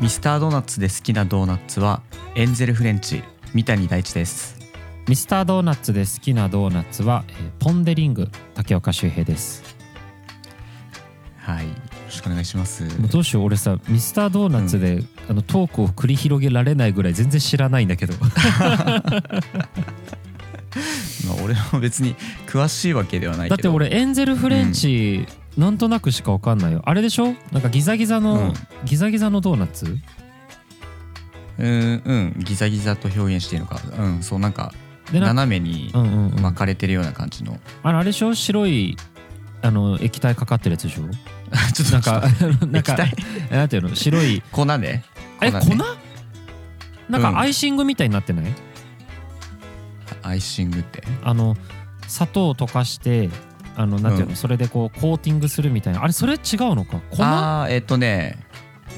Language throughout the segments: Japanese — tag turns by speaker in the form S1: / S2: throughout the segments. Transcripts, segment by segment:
S1: ミスタードーナツで好きなドーナツはエンゼルフレンチ三谷大地です
S2: ミスタードーナツで好きなドーナツは、えーポン・デ・リング竹岡修平です
S1: はいよろしくお願いします
S2: もうどうしよう俺さミスタードーナツで、あのトークを繰り広げられないぐらい全然知らないん だけど
S1: まあ俺も別に詳しいわけではない
S2: だっ
S1: け
S2: て
S1: ど
S2: 俺エンゼルフレンチ、なんとなくしかわかんないよあれでしょなんかギザギザの、
S1: うん
S2: ギザギザのドーナツ
S1: うんうんギザギザと表現していいのかうんそうなんか
S2: でなんか
S1: 斜めに
S2: うんうんうん、
S1: 巻かれてるような感じの
S2: あのあれでしょ白いあの液体かかってるやつ でしょ
S1: ちょっと
S2: なんかなん
S1: 液
S2: か
S1: 体
S2: えなんていうの白い
S1: 粉ね
S2: え
S1: 粉
S2: 粉
S1: ね
S2: なん
S1: うん
S2: かアイシングみたいになってない、
S1: アイシングって
S2: あの砂糖を溶かしてあのなんていうの、
S1: うん
S2: それでこうコーティングするみたいなあれそれ違うのか粉
S1: ああーえっ、とね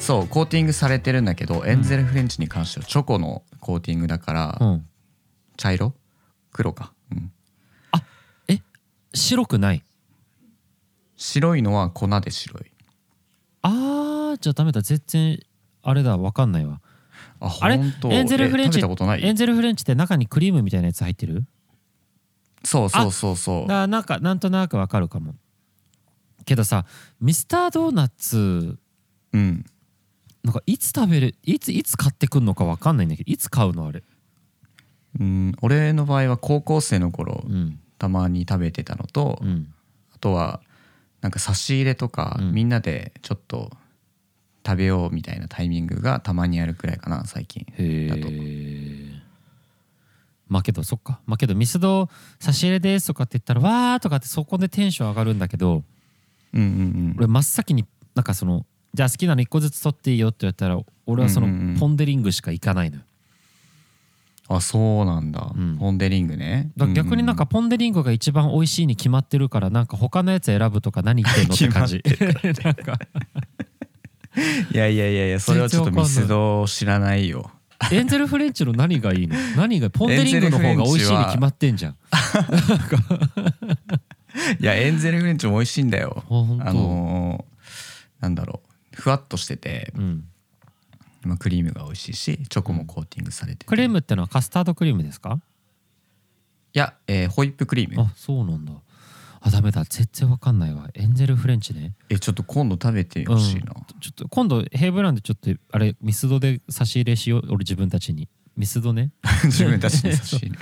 S1: そうコーティングされてるんだけど、エンゼルフレンチに関してはチョコのコーティングだから、
S2: うん
S1: 茶色黒か、うん、
S2: 白くない
S1: 白いのは粉で白い
S2: あーじゃあダメだ全然あれだわかんないわ
S1: あ
S2: あれ
S1: 本当
S2: エンゼルフレンチ
S1: え食べたことな
S2: エ
S1: い
S2: ンゼルフレンチって中にクリームみたいなやつ入ってる
S1: そうそうそうそ
S2: だ
S1: う
S2: からなんかなんとなくわかるかもけどさミスタードーナツ
S1: うん
S2: なんかいつ食べるいついつ買ってくんのかわかんないんだけどいつ買うのあれ
S1: うん俺の場合は高校生の頃
S2: うん
S1: たまに食べてたのと、
S2: うん
S1: あとはなんか差し入れとか、
S2: うん
S1: みんなでちょっと食べようみたいなタイミングがたまにあるくらいかな最近
S2: へ
S1: だと
S2: えまあけどそっかまあけどミスド差し入れですとかって言ったらわーとかってそこでテンション上がるんだけど
S1: うんうんうん
S2: 俺真っ先になんかそのじゃあ好きなの1個ずつ取っていいよって言われたら俺はそ
S1: うんうんう
S2: の
S1: ん
S2: ポン・デ・リングしか行かないのよ
S1: あそうなんだ、
S2: うん
S1: ポン・デ・リングね
S2: だから逆になんかポン・デ・リングが一番美味しいに決まってるからなんか他のやつ選ぶとか何言ってんのって 感じなんか
S1: うんうんいやいやいやいやそれはちょっとミスドを知らないよ
S2: エンゼルフレンチの何がいいの何がポン・デ・リングの方が美味しいに決まってんじゃん
S1: いやエンゼルフレンチも美味しいんだよ
S2: ほんと
S1: あのーなんだろうふわっとしてて、
S2: うん
S1: まあ、クリームが美味しいしチョコもコーティングされてて
S2: クリー
S1: い
S2: ムってのはカスタードクリームですか
S1: や、えーホイップクリーム
S2: あそうなんだあダメだ全然わかんないわエンゼルフレンチね
S1: えちょっと今度食べてほしいな、
S2: ちょっと今度ヘイブランドちょっとあれミスドで差し入れしよう俺自分たちにミスドね
S1: 自分たちに差し 入れ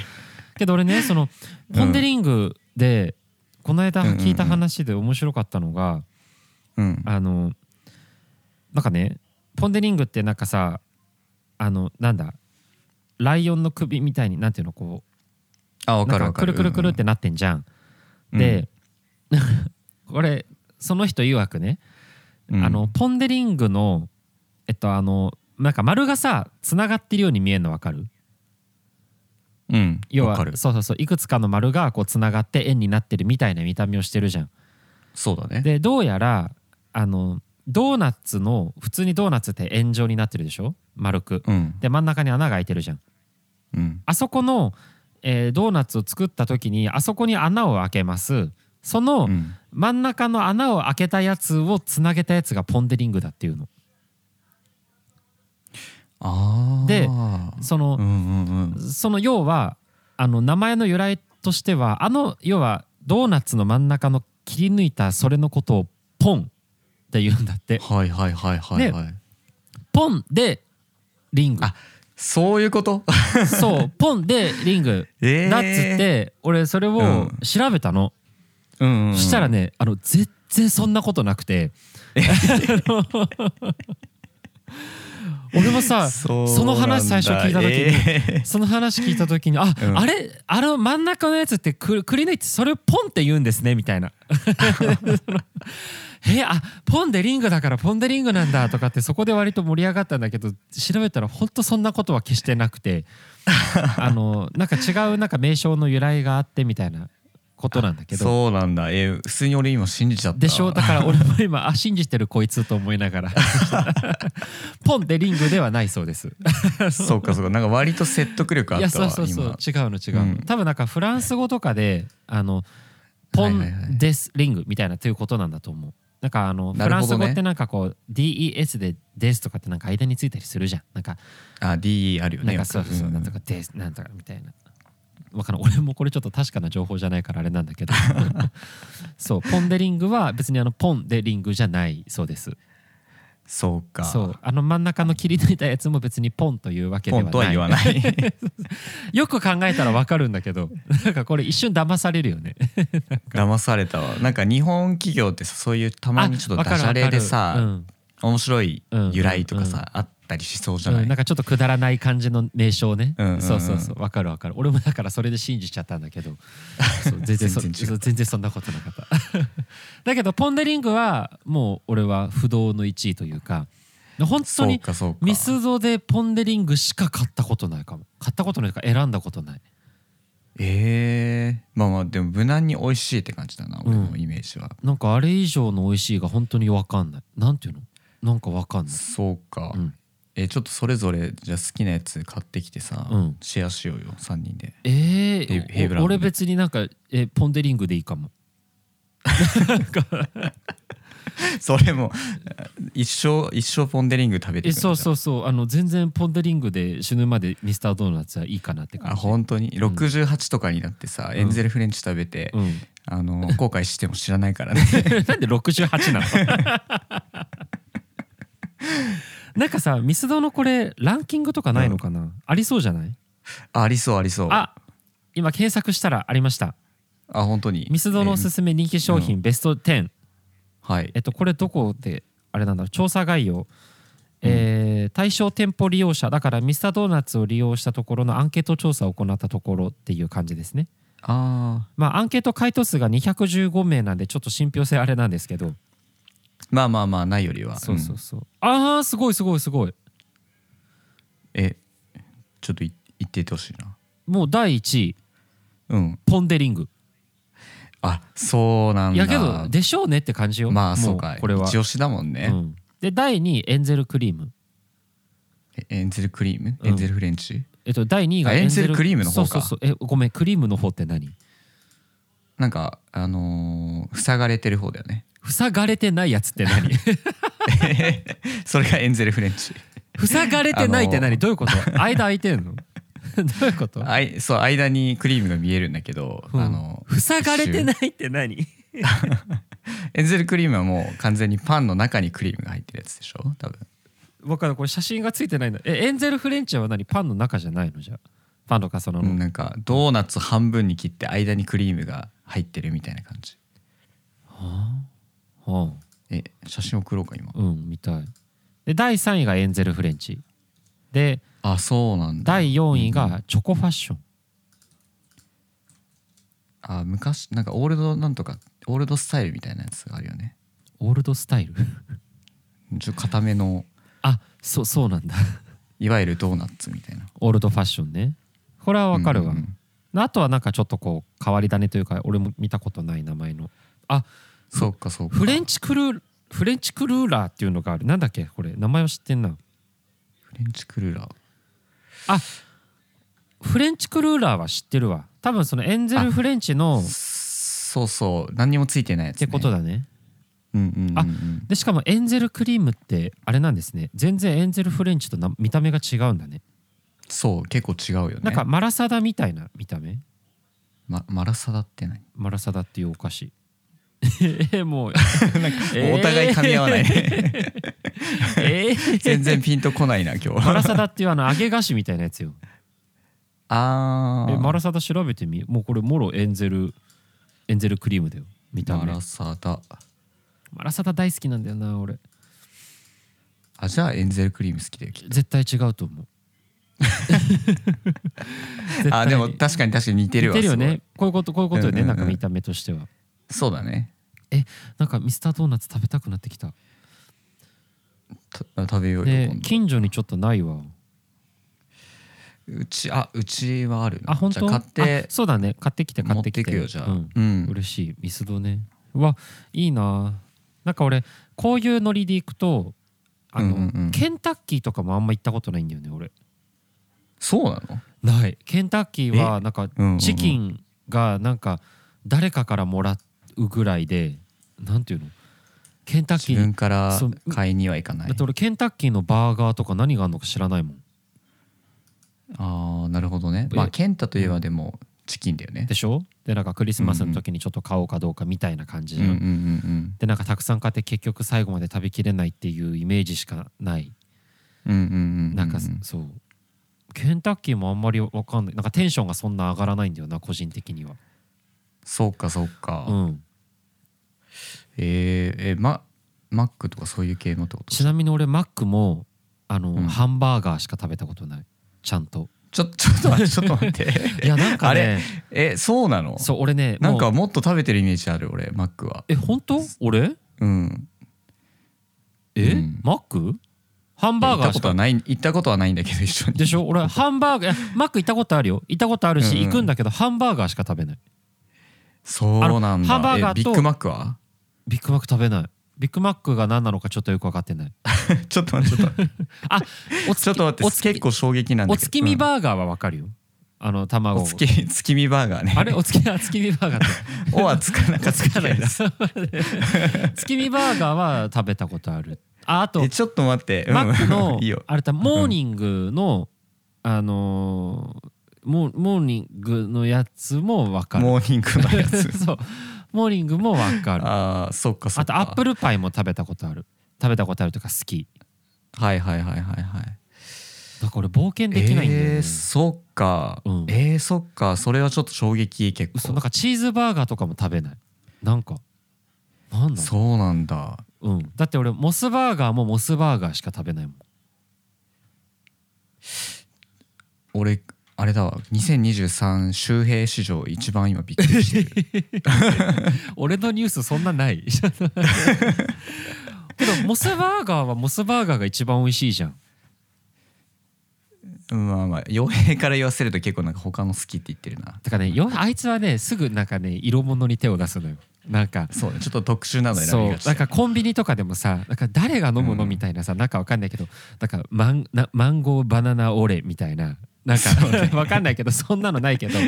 S2: けど 俺ねその
S1: うん
S2: ポン・デ・リングで、この間
S1: うんうんうん
S2: 聞いた話で面白かったのが、
S1: うん
S2: あのなんかねポン・デ・リングってなんかさあのなんだライオンの首みたいになんていうのこ
S1: あ
S2: う
S1: 分かる
S2: な
S1: 分
S2: ん
S1: か
S2: か
S1: る
S2: くるくるくるってなってんじゃん、で 俺その人曰くね、
S1: うん
S2: あのポン・デ・リングのえっとあのなんか丸がさつながってるように見えるの分かる
S1: うん
S2: 要
S1: わ
S2: は
S1: かる
S2: そうそうそういくつかの丸がこうつながって円になってるみたいな見た目をしてるじゃん。
S1: そうだね
S2: でどうやらあのドーナツの普通にドーナツって円状になってるでしょ丸く。
S1: うん
S2: で真ん中に穴が開いてるじゃん。
S1: うん
S2: あそこの、えードーナツを作った時にあそこに穴を開けます。その、
S1: うん
S2: 真ん中の穴を開けたやつをつなげたやつがポン・デ・リングだっていうの
S1: ああ
S2: で
S1: う
S2: その,、
S1: んうんうん
S2: その要はあの名前の由来としてはあの要はドーナツの真ん中の切り抜いたそれのことをポンって言うんだって
S1: はいはいはいはいはい
S2: ポンでリング
S1: あそういうこと
S2: そうポンでリング
S1: ええ
S2: だっつって俺それ
S1: う
S2: を
S1: ん
S2: 調べたの、
S1: うんうんうん
S2: そしたらねあの全然そんなことなくてあの 俺もさ
S1: そ
S2: その話最初聞いた時に
S1: に
S2: その話聞いた時に「あ、
S1: うん
S2: あれあの真ん中のやつってくくり抜いてそれをポンって言うんですね」みたいな。 えあポン・デ・リングだからポン・デ・リングなんだとかってそこで割と盛り上がったんだけど調べたら本当そんなことは決してな くてあのなんか違うなんか名称の由来があってみたいなことなんだ けど
S1: そうなんだえー普通に俺今信じちゃった
S2: でしょだから俺も今あ信じてるこいつと思いながら ポン・デ・リングではないそうです。
S1: そうかそうかなんか割と説得力あ
S2: いや
S1: った
S2: そ
S1: わ
S2: うそうそう違
S1: 今
S2: うの違うの、
S1: うん
S2: 多分なんかフランス語とかであのポ
S1: はいはいはい
S2: ン・デス・リングみたいなということなんだと思う、なんかあの、
S1: な
S2: フ
S1: る
S2: ラン
S1: ほどね
S2: ス語ってなんかこう DES で「です」とかってなんか間についたりするじゃんなんか
S1: あ DE あるよ
S2: な
S1: ね
S2: んかそう
S1: よく
S2: そう、
S1: ん
S2: なんとかです、なんとかみたいな。わからん俺もこれちょっと確かな情報じゃないからあれなんだ けどそうポン・デ・リングは別にあのポン・デ・リングじゃないそうです
S1: そうか
S2: そうあの真ん中の切り抜いたやつも別にポンというわけで
S1: ポ
S2: は
S1: ンとは
S2: ない
S1: 言わない
S2: よく考えたらわかるんだけどなんかこれ一瞬騙されるよね
S1: 騙されたわなんか日本企業ってさそういうたまにちょっと
S2: あ
S1: ダジャレで
S2: わかるわかるう
S1: さ、
S2: ん
S1: 面白い由来とかさ、あったりしそうじゃない、
S2: うんなんかちょっとくだらない感じの名称ね、
S1: うんうんうん
S2: そうそうそうわかるわかる俺もだからそれで信じちゃったんだ けどそう全然そ
S1: 全然違う
S2: そう全然そんなことなかった だけどポン・デ・リングはもう俺は不動の1位というか本当
S1: そう
S2: に
S1: かそうか
S2: ミスゾでポン・デ・リングしか買ったことないかも買ったことないか選んだことない
S1: ええまあまあでも無難に美味しいって感じだな、俺
S2: う
S1: の
S2: ん
S1: イメージは
S2: なんかあれ以上の美味しいが本当にわかんないなんていうのなんかわかんない
S1: そうか、
S2: うん
S1: えちょっとそれぞれじゃあ好きなやつ買ってきてさ、
S2: うん
S1: シェアしようよ3人で
S2: え
S1: ヘイヘイブ
S2: ー、
S1: ランド
S2: お
S1: で
S2: 俺別になんか、えーポン・デ・リングでいいかも
S1: それも一生一生ポン・デ・リング食べて
S2: え
S1: くる
S2: そうそううそうあの全然ポン・デ・リングで死ぬまでミスタードーナツはいいかなって感
S1: あ
S2: じ
S1: 本当に68とかになってさ、エンゼルフレンチ食べて、
S2: うん
S1: あの後悔しても知らないから ね
S2: なんで68なの なんかさミスドのこれランキングとかないのかな、ありそうじゃない
S1: あありそうありそう
S2: あ今検索したらありました
S1: あ本当に
S2: ミスドのおすすめ人気商品ベスト10
S1: えーはい
S2: えっとこれどこであれなんだろう調査概要えー対象店舗利用者だからミスタードーナツを利用したところのアンケート調査を行ったところっていう感じですね
S1: あー
S2: まあ、アンケート回答数が215名なんでちょっと信憑性あれなんですけど
S1: まあまあまあないよりは
S2: そうそう
S1: うん
S2: そう、ああすごいすごいすごい
S1: えちょっとい言っていってほしいな
S2: もう第1位
S1: うん
S2: ポン・デ・リング
S1: あそうなん
S2: い
S1: だ
S2: やけどでしょうねって感じよ
S1: ま
S2: も
S1: あそうか
S2: これは
S1: 一押しだもんね、
S2: うんで第2位エンゼルクリーム
S1: えエンゼルクリーム
S2: うん
S1: エンゼルフレンチ、
S2: えっと第2位が
S1: あエンゼルクリームの方か
S2: そうそうそうえごめんクリームの方って何
S1: なんかあのー塞がれてる方だよ ね
S2: 塞がれてないやつって何
S1: それがエンゼルフレンチ
S2: 塞がれてないって
S1: あ
S2: 何、
S1: の
S2: どういうこと間空いてん のどういうこと
S1: あいそう間にクリームが見えるんだけど、
S2: うん
S1: あの
S2: 塞がれて
S1: い
S2: ないって何
S1: エンゼルクリームはもう完全にパンの中にクリームが入ってるやつでしょ多分
S2: わかるこれ写真がついてないんだえエンゼルフレンチは何パンの中じゃないのじゃあパンとかその、
S1: うんなんかドーナツ半分に切って間にクリームが入ってるみたいな感じ
S2: は
S1: え写真送ろうか今
S2: あうん見たいで第3位がエンゼルフレンチで
S1: あそうなんだ
S2: 第4位がチョコファッション、
S1: あ昔なんかオールドなんとかオールドスタイルみたいなやつがあるよね
S2: オールドスタイル
S1: ちょっと固めの
S2: あそうそうなんだ
S1: いわゆるドーナツみたいな
S2: オールドファッションねこれはわかるわ、
S1: うんうん
S2: あとはなんかちょっとこう変わり種というか俺も見たことない名前のあ
S1: そうかそうか
S2: フレンチクルーフレンチクルーラーっていうのがあるなんだっけこれ名前を知ってんな
S1: フレンチクルーラー
S2: フレンチクルーラーは知ってるわ多分そのエンゼルフレンチの
S1: そうそう何にもついてないやつ、
S2: っ
S1: ね、
S2: てことだね
S1: うんうんうんうん
S2: あでしかもエンゼルクリームってあれなんですね全然エンゼルフレンチとな見た目が違うんだね
S1: そう結構違うよね
S2: なんかマラサダみたいな見た目
S1: ま、マラサダって何
S2: マラサダっていうお菓子え もうえー
S1: お互い噛み合わないね
S2: えー
S1: 全然ピンとこないな今日
S2: マ
S1: は
S2: ラサダっていうあの揚げ菓子みたいなやつよ
S1: あ
S2: え
S1: ー
S2: マラサダ調べてみもうこれもろエンゼルエンゼルクリームだよ見た目
S1: マ
S2: マラ
S1: ラサダ
S2: サダ大好きなんだよな俺
S1: あじゃあエンゼルクリーム好きだよきっ
S2: 絶対違うと思う
S1: と あでも
S2: 絶対
S1: 確かに確かに似てる
S2: 似
S1: わ
S2: てるよ
S1: すご
S2: ね
S1: い
S2: こういうことこういうことよね、
S1: うんうんう
S2: なんんか見た目としては
S1: そうだね
S2: なんかミスタードーナツ食べたくなってきた。
S1: た食べようよ、
S2: で
S1: 今度
S2: 近所にちょっとないわ。
S1: うちあうちはあるな
S2: あ本
S1: じ
S2: 当
S1: ゃあ買って
S2: あそうだね買ってきて買
S1: 持
S2: っ
S1: って
S2: て
S1: い
S2: きて。
S1: くよじゃあ
S2: うん
S1: うん
S2: 嬉しいミスドね。うわいいな。なんか俺こういうノリで行くとあの、
S1: うんうんうん
S2: ケンタッキーとかもあんま行ったことないんだよね俺。
S1: そうなの
S2: ない。ケンタッキーはなんか
S1: うんうんうん
S2: チキンがなんか誰かからもらうぐらいでなんていうのケンタッキ
S1: 自
S2: ー
S1: 分から買いには行かない
S2: だって俺ケンタッキーのバーガーとか何があるのか知らないもん
S1: ああなるほどねまあ健太といえばでもチキンだよね
S2: でしょでなんかクリスマスの時にちょっと買おうかどうかみたいな感じ
S1: うん
S2: じゃ
S1: うん
S2: ん、
S1: うんうん
S2: でなんかたくさん買って結局最後まで食べきれないっていうイメージしかない
S1: うんうんうん
S2: なんか、そうケンタッキーもあんまりわかんないなんかテンションがそんな上がらないんだよな個人的には
S1: そうかそう
S2: う
S1: か
S2: ん
S1: えーえまマックとかそういう系のってこと
S2: ちなみに俺マックもあの、
S1: ん
S2: ハンバーガーしか食べたことないちゃんと
S1: ちょちょっと待ってちょっと待って
S2: いやなんか
S1: あ
S2: ね
S1: えそうなの
S2: そう俺ね
S1: なんか
S2: もう
S1: もっと食べてるイメージある俺マックは
S2: え本当俺
S1: うん
S2: え、
S1: うん
S2: マックハンバー
S1: 行っ
S2: ガー
S1: た
S2: し
S1: こ
S2: か
S1: とはない行ったことはないんだけど一緒に
S2: でしょ俺ハンバーガーいやマック行ったことあるよ行ったことあるし、
S1: うんうん
S2: 行くんだけどハンバーガーしか食べない
S1: そうなんだ
S2: あのハンバーガーと
S1: えビッグマック は
S2: ビッグマック食べないビッグマックが何なのかちょっとよく分かってない
S1: ちょっと待ってちょっと待って
S2: あおつき
S1: ちょっと待
S2: お
S1: って
S2: つき
S1: 結構衝撃なんだ
S2: お
S1: けど
S2: 月見
S1: ー
S2: バーガーは分かるよあの
S1: ガー
S2: 卵を
S1: お月月見バーガーね
S2: あれお月見お月見バーガーって
S1: おはつかなかった
S2: つかないな 月見バーガーは食べたことあるああと
S1: えちょっと待って、うん
S2: マックの
S1: いいよ
S2: あれだモーニングのあのーモーモーニングのやつも分かる
S1: モーニングのや つ
S2: そうモーニングも分かる
S1: ああそっかそ
S2: あ
S1: っ
S2: と
S1: か
S2: アップルパイも食べたことある食べたことあるというか好き
S1: はいはいはいはいはい
S2: だから俺冒険できないんだよね、
S1: えー、そっか、
S2: うん
S1: えー、そっかそれはちょっと衝撃結
S2: 嘘なん
S1: 構
S2: かチーズバーガーとかも食べないなんかなんだ
S1: そうなんだ
S2: う、うん、だって俺モスバーガーもモスバーガーしか食べないもん
S1: 俺あれだわ2023周平史上一番今びっくりしてる
S2: 俺のニュースそんなない けどモスバーガーはモスバーガーが一番美味しいじゃん
S1: うんまあまあ傭兵から言わせると結構なんか他の好きって言ってるな
S2: だからねよあいつはねすぐなんかね色物に手を出すのよなんか
S1: そうねちょっと特殊なの選
S2: そ
S1: び
S2: う
S1: がちだ
S2: なん
S1: よ
S2: かコンビニとかでもさなんか誰が飲むのみたいなさ、なんかわかんないけどなんかマンなマンゴーバナナオレみたいななんか わかんないけどそんなのないけど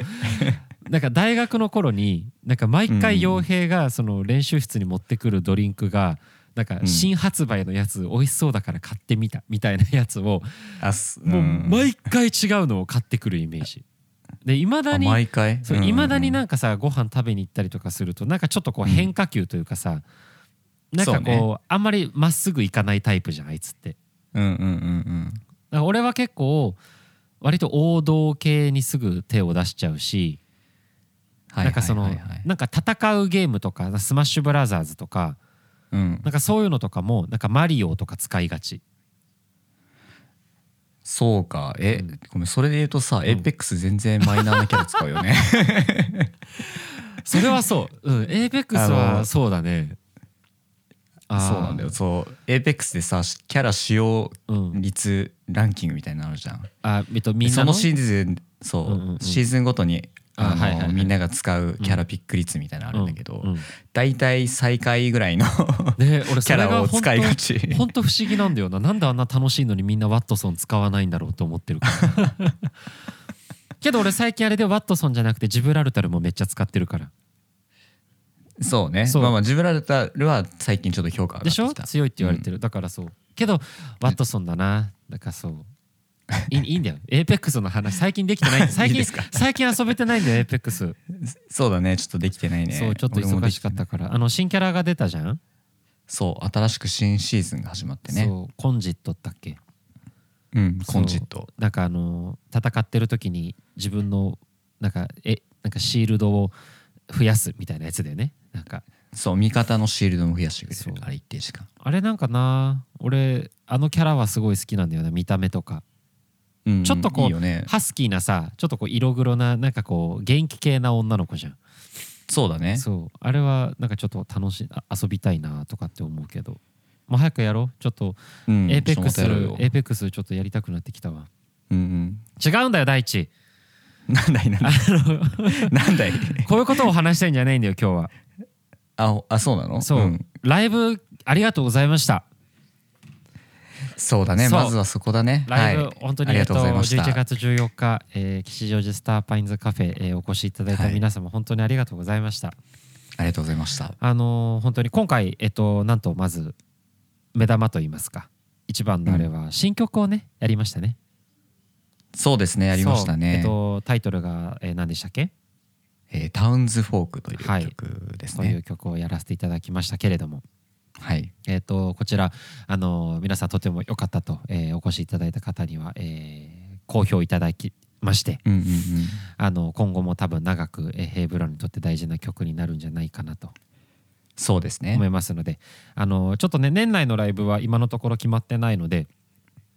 S2: なんか大学の頃になんか毎回
S1: うん
S2: 傭兵がその練習室に持ってくるドリンクがなんか
S1: うん
S2: 新発売のやつ美味しそうだから買ってみたみたいなやつを
S1: あす
S2: もうん毎回違うのを買ってくるイメージ。でいまだ
S1: あ
S2: に
S1: 毎回
S2: そううんいまだになんかさご飯食べに行ったりとかするとなんかちょっとこう
S1: うん
S2: 変化球というかさ、なんかこう
S1: そう
S2: あんまりまっすぐ行かないタイプじゃんあいつって。
S1: うんうんうん
S2: だから俺は結構割と王道系にすぐ手を出しちゃうし、
S1: うん
S2: なんかその、
S1: はいはいはいはい
S2: なんか戦うゲームとかスマッシュブラザーズとか
S1: うん
S2: なんかそういうのとかもなんかマリオとか使いがち
S1: そうかえ、
S2: うん
S1: ごめんそれで言うとさ、エイペックス全然マイナーなキャラ使うよね
S2: それは そう、うん、エイペックス
S1: あ
S2: は
S1: の
S2: そうだね あー
S1: そうなんだよそうエイペックスでさキャラ使用
S2: うん、
S1: 率ランキングみたいなのあるじゃん
S2: あえっとみ
S1: で
S2: んな
S1: そ
S2: の
S1: のシーズンそう,、
S2: うんうんうん
S1: シーズンごとに
S2: あ
S1: あの
S2: はいはいはい
S1: みんなが使うキャラピック率みたいなのあるんだけど、
S2: うんうん
S1: 大体最下位ぐらいの
S2: ね俺そ
S1: キャ
S2: れ
S1: ラ
S2: が
S1: を
S2: 本
S1: 使いが
S2: 当
S1: ち
S2: 本当不思議なんだよななんであんな楽しいのにみんなワットソン使わないんだろうと思ってるか らけど俺最近あれでワットソンじゃなくてジブラルタルもめっちゃ使ってるから
S1: そうね
S2: そう
S1: まあまあジブラルタルは最近ちょっと評価が上
S2: でし
S1: がっ
S2: ょ
S1: てきた
S2: 強いって言われてる、だからそうけどワットソンだなだからそうい いいいんだよエーペックスの話最近できてない最
S1: いい
S2: 近
S1: ですか
S2: 最近遊べてないんだよエーペックス
S1: そうだねちょっとできてないね
S2: そうちょっと
S1: 俺も
S2: 忙
S1: で
S2: し
S1: き
S2: かったからあの新キャラが出たじゃん、
S1: そう新しく新シーズンが始まってね
S2: そうコンジットだっけ
S1: うんコンジット
S2: そうなんかあの戦ってる時に自分のなんかえなんかシールドを増やすみたいなやつだよねなんか
S1: そう味方のシールドも増やしてく
S2: そう
S1: れるあれ一定時間
S2: あれなんかな俺あのキャラはすごい好きなんだよな見た目とか
S1: うん
S2: ちょっとこう
S1: いいよね
S2: ハスキーなさちょっとこう色黒ななんかこう元気系な女の子じゃん
S1: そうだね
S2: そうあれはなんかちょっと楽しいあ遊びたいなとかって思うけどもう早くやろうちょっと
S1: うん
S2: エーペックス
S1: ちょっとまたやろう
S2: エ
S1: よ
S2: ーペックスちょっとやりたくなってきたわ
S1: うん
S2: 違うんだよ大地
S1: うんなんだいなんだい なんだい
S2: こういうことを話したいんじゃないんだよ今日は
S1: あおあそうなの
S2: そう、
S1: ん
S2: ライブありがとうございました。
S1: そうだね
S2: そう
S1: まずはそこだね
S2: ライブ、
S1: はい
S2: 本当
S1: あ
S2: にあ
S1: りが
S2: りが
S1: と
S2: と
S1: う
S2: う
S1: ござ
S2: ござ
S1: い
S2: い
S1: ま
S2: ま
S1: し
S2: したた。11月14日、えー吉祥寺スターパインズカフェ、えーお越しいただいた皆様、本当にありがとうございました。
S1: ありがとうございました
S2: あのー本当に今回、えっと、なんとまず目玉といいますか一番のあれは新曲をね、やりましたね。
S1: そうですねやりましたね、え
S2: そうえっと、タイトルが、えー何でしたっけ
S1: ータウンズ・フォークという
S2: はい
S1: 曲です
S2: という
S1: ね
S2: 曲をやらせていただきましたけれども、
S1: はい、
S2: えっと、こちら、あのー皆さんとても良かったと、えーお越しいただいた方には、えー好評いただきまして、
S1: うんうんうん
S2: あの今後も多分長く、えーヘイブラウンにとって大事な曲になるんじゃないかなと
S1: そうですね
S2: 思いますので、あのちょっとね年内のライブは今のところ決まってないので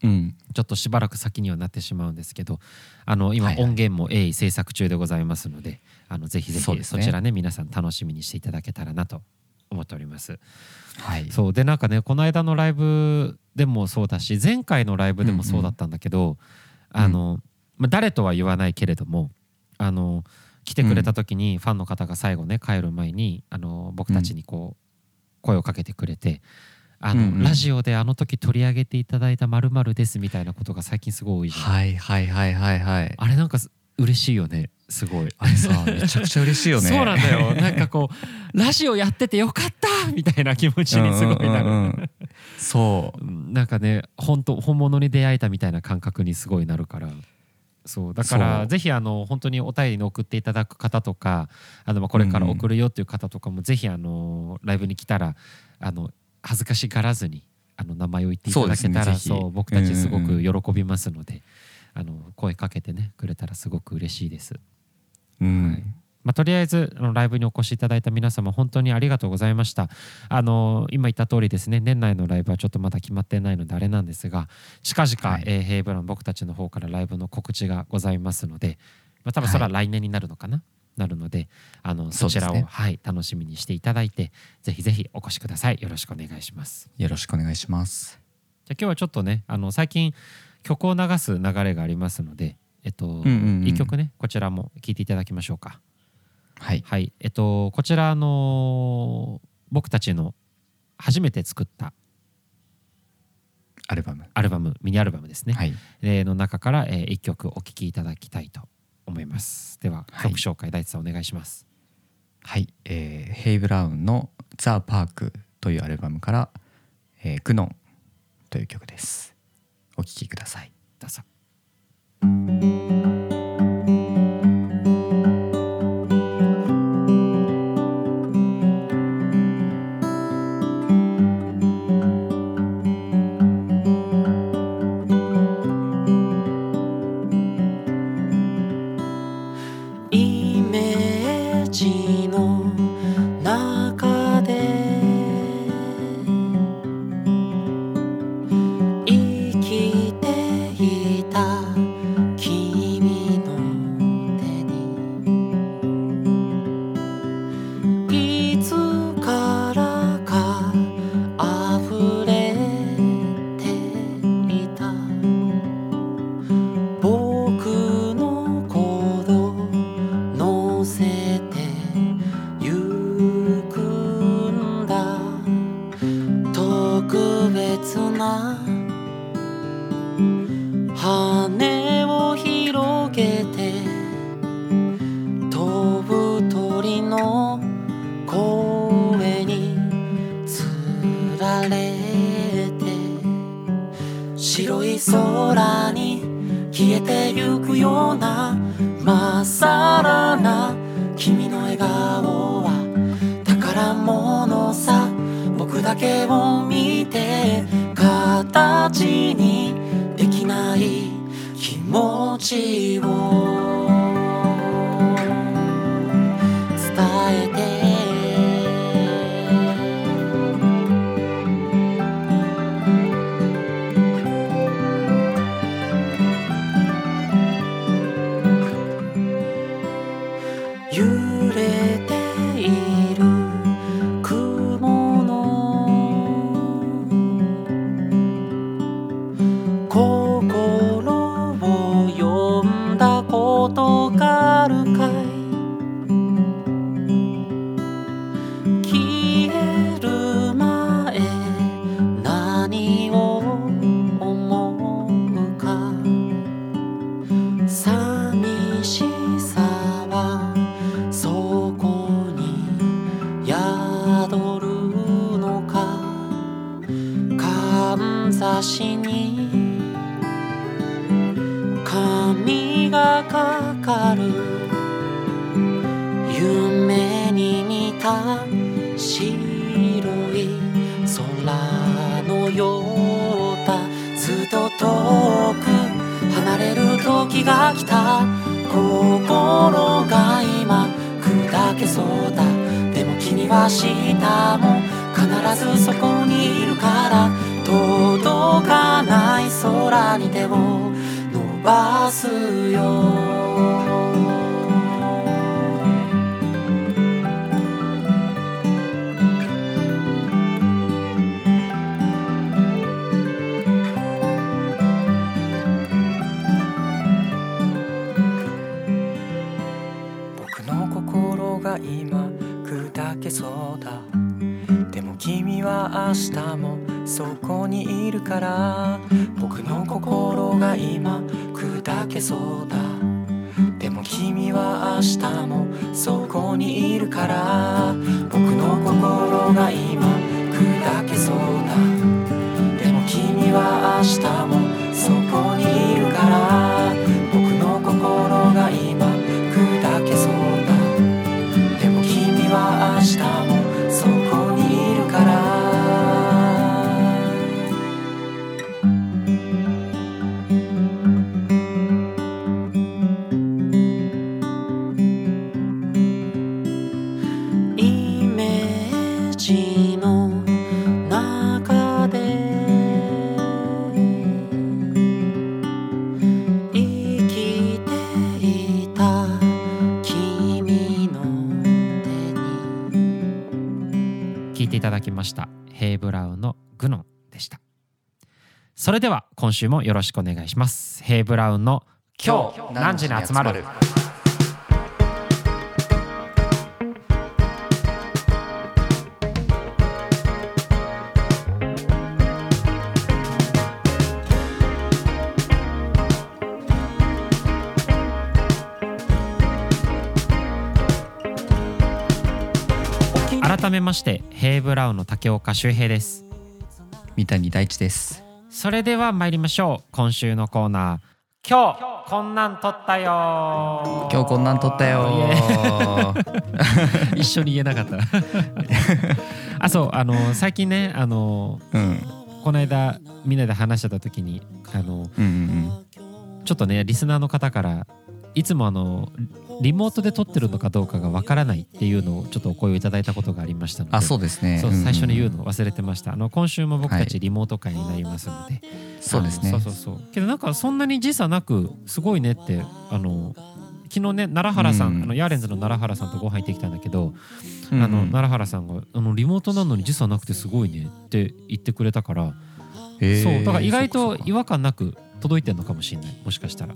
S1: うん
S2: ちょっとしばらく先にはなってしまうんですけどあの今
S1: はいはい
S2: 音源も鋭意制作中でございますので、あのぜひぜ
S1: そうで
S2: ひ
S1: す
S2: そ
S1: ね
S2: ちらね皆さん楽しみにしていただけたらなと思っております。
S1: はい
S2: そうでなんかねこの間のライブでもそうだし前回のライブでもそうだったんだけど、あのまあ、誰とは言わないけれどもあの来てくれた時にファンの方が最後ね帰る前にあの僕たちにこう声をかけてくれて。あの
S1: うんうん
S2: ラジオであの時取り上げていただいたまるですみたいなことが最近すごい多いじゃん
S1: はいはいはいはいはい
S2: あれなんかす嬉しいよねすごい
S1: あれ さめちゃくちゃ嬉しいよね
S2: そうなんだよなんかこうラジオやっててよかったみたいな気持ちにすごいなる、
S1: うんうんうんうんそう
S2: うんなんかね本当本物に出会えたみたいな感覚にすごいなるからそうだから
S1: そう
S2: ぜひあの本当にお便りの送っていただく方とかあのまあこれから送るよっていう方とかもぜひあのライブに来たらあの恥ずかしがらずにあの名前を言っていただけた
S1: そう
S2: ら
S1: ですね
S2: そ
S1: ぜ
S2: う,、
S1: ひ
S2: 僕たちすご
S1: うん
S2: く喜びますので、あの声かけてねくれたらすごく嬉しいです。
S1: うん
S2: まあ、とりあえずあのライブにお越しいただいた皆様本当にありがとうございましたあの今言った通りですね年内のライブはちょっとまだ決まってないのであれなんですが近々、
S1: はい
S2: えーヘイブラン僕たちの方からライブの告知がございますので、まあ、多分それは来年になるのかな、なるのであの
S1: そ
S2: そう
S1: で
S2: ち
S1: すね
S2: らを、はい、楽しみにしていただいてぜひぜひお越しくださいよろしくお願いします
S1: よろしくお願いします
S2: じゃあ今日はちょっとねあの最近曲を流す流れがありますのでえっと、
S1: んうんうん
S2: 一曲ねこちらも聴いていただきましょうか
S1: はい
S2: はい、えっと、こちらあの僕たちの初めて作った
S1: アルバム
S2: アルバム、ミニアルバムですね。
S1: はい
S2: えーの中から、え1曲お聴きいただきたいと思います。では、
S1: はい
S2: 曲紹介、大地さんお願いします。
S1: はい、えーヘイ・ブラウンの「ザ・パーク」というアルバムから「えークノン」という曲ですお聴きください
S2: どうぞ。
S3: イメージの中で生きていた君の手にいつからか溢れていた僕の頃乗せてゆくんだ特別な羽を広げて飛ぶ鳥の声につられて白い空に消えてゆくようなまっさらな君の笑顔は宝物さ僕だけを見て形にできない気持ちを伝えて揺れている雲の心を呼んだことがあるかい消える前何を思うか寂しさはそこにる夢に見た白い空のようだずっと遠く離れる時が来た心が今砕けそうだでも君は明日も必ずそこにいるから届かない空に手を伸ばすよ僕の心が今砕けそうだでも君は明日もそこにいるから僕の心が今砕けそうだでも君は明日もそこにいるから僕の心が今砕けそうだでも君は明日もそこにいるから僕の心が今砕けそうだでも君は明日もそこにいるからイメージの中で生きていた君の手に
S2: 聞いていただきましたヘイブラウンのグノンでしたそれでは今週もよろしくお願いしますヘイブラウンの今日何時に集まる改めましてヘイブラウンの竹岡修平です
S1: 三谷大地です
S2: それでは参りましょう今週のコーナー今日こんなん撮ったよ
S1: 今日こんなん撮ったよ
S2: イエーイ
S1: ー
S2: 一緒に言えなかったあそうあの最近ねあの
S1: うん
S2: この間みんなで話してた時にあの
S1: うんうん
S2: ちょっとねリスナーの方からいつもあのリモートで撮ってるのかどうかがわからないっていうのをちょっとお声をいただいたことがありましたので
S1: あそうですね
S2: そう最初に言う
S1: の
S2: の忘れてましたあの今週も僕
S1: は
S2: た
S1: い
S2: ちリモート会になりますので、
S1: そうです
S2: あ
S1: ね
S2: のそうそうそうけどなんかそんなに時差なくすごいねってあの昨日ね奈良原さん、
S1: うん
S2: あのヤーレンズの奈良原さんとご飯行ってきたんだけど、
S1: うんう
S2: あの
S1: ん
S2: 奈良原さんがあのリモートなのに時差なくてすごいねって言ってくれたから、
S1: へー
S2: そうだから意
S1: そう
S2: 外と
S1: かそうか
S2: 違和感なく届いてるのかもしれないもしかしたら、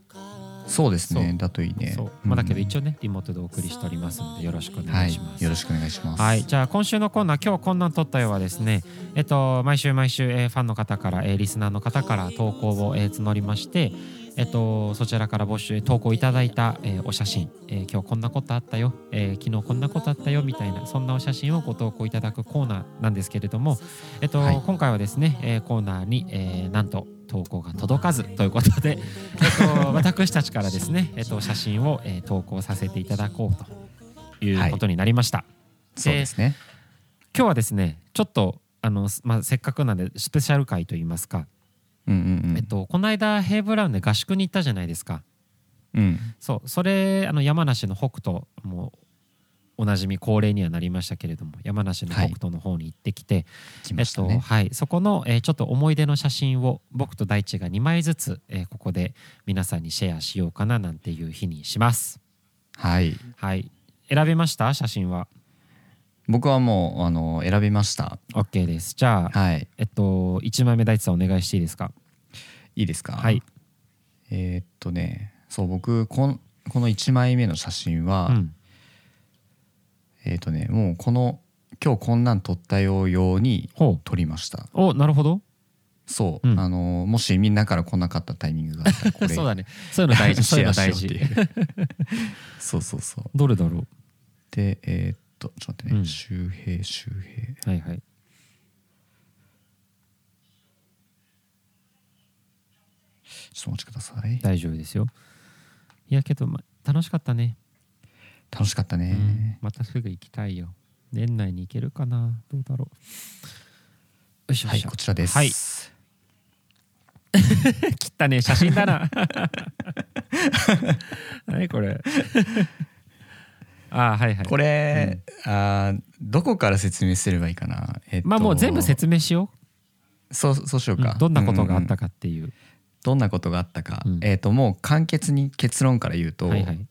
S1: そうです
S2: そ
S1: ね
S2: う
S1: だといいね
S2: そうまあ、だけど
S1: うん
S2: 一応ねリモートでお送りしておりますのでよろしくお
S1: は
S2: 願い
S1: い
S2: します。
S1: よろしくお願いします
S2: はい、じゃあ今週のコーナー「今日こんなん撮ったよ」はですね、えっと、毎週毎週、えーファンの方から、えーリスナーの方から投稿を、えー募りまして、えっと、そちらから募集投稿いただいた、えーお写真、えー今日こんなことあったよ、えー昨日こんなことあったよみたいなそんなお写真をご投稿いただくコーナーなんですけれども、えっと
S1: はい
S2: 今回はですね、えーコーナーに、えーなんと投稿が届かずということで、えっと、私たちからですね、えっと、写真を、えー投稿させていただこうということになりました。
S1: そうですね
S2: 今日はですねちょっとあの、まあ、せっかくなんでスペシャル回といいますか、
S1: うんうんうん
S2: えっと、この間ヘイブラウンで合宿に行ったじゃないですか
S1: うん
S2: そうそれあの山梨の北斗もおなじみ恒例にはなりましたけれども山梨の北斗の方に行ってきて、
S1: 来
S2: え
S1: ま
S2: っ
S1: した
S2: と
S1: ね
S2: はい、そこの、えーちょっと思い出の写真を僕と大地が2枚ずつ、えーここで皆さんにシェアしようかななんていう日にします。
S1: はい
S2: はい、選びました写真は
S1: 僕はもうあの選びました
S2: OK ですじゃあ、
S1: はい
S2: えっと、1枚目大地さんお願いしていいですか
S1: いいですか
S2: はい
S1: えーっとねそう僕こんこの1枚目の写真は、
S2: うん
S1: えーっとねもうこの今日こんなん撮ったよう用に
S2: ほ
S1: 撮りました
S2: うおなるほど
S1: そう、
S2: うん
S1: あのもしみんなから来なかったタイミングがあったらこれ
S2: そうだねそういうの大事そ う
S1: シ
S2: い
S1: ェ
S2: うの
S1: アし
S2: 大
S1: ようって
S2: 事
S1: いう そうそうそう
S2: どれだろ
S1: でえーっとちょっと待ってね、
S2: うん
S1: 周平周平
S2: うはいはい
S1: ちょっとお待ちください
S2: 大丈夫ですよいやけど、ま、楽しかったね、
S1: 楽しかった
S2: う
S1: ね
S2: ん、またすぐ行きたいよ年内に行けるかなどうだろうよいしょ
S1: はいこちらです、
S2: はい切ったね写真だな何これあーはいはい
S1: これ、あーどこから説明すればいいかな、えっと
S2: まあもう全部説明しよ
S1: そうそうしよう
S2: う、
S1: か、
S2: うんどんなことがあ
S1: うんうんう
S2: っ
S1: ん
S2: たかっていう、
S1: どんなことがあったか、
S2: うん
S1: えっ、ともう簡潔に結論から言うと、
S2: はいはい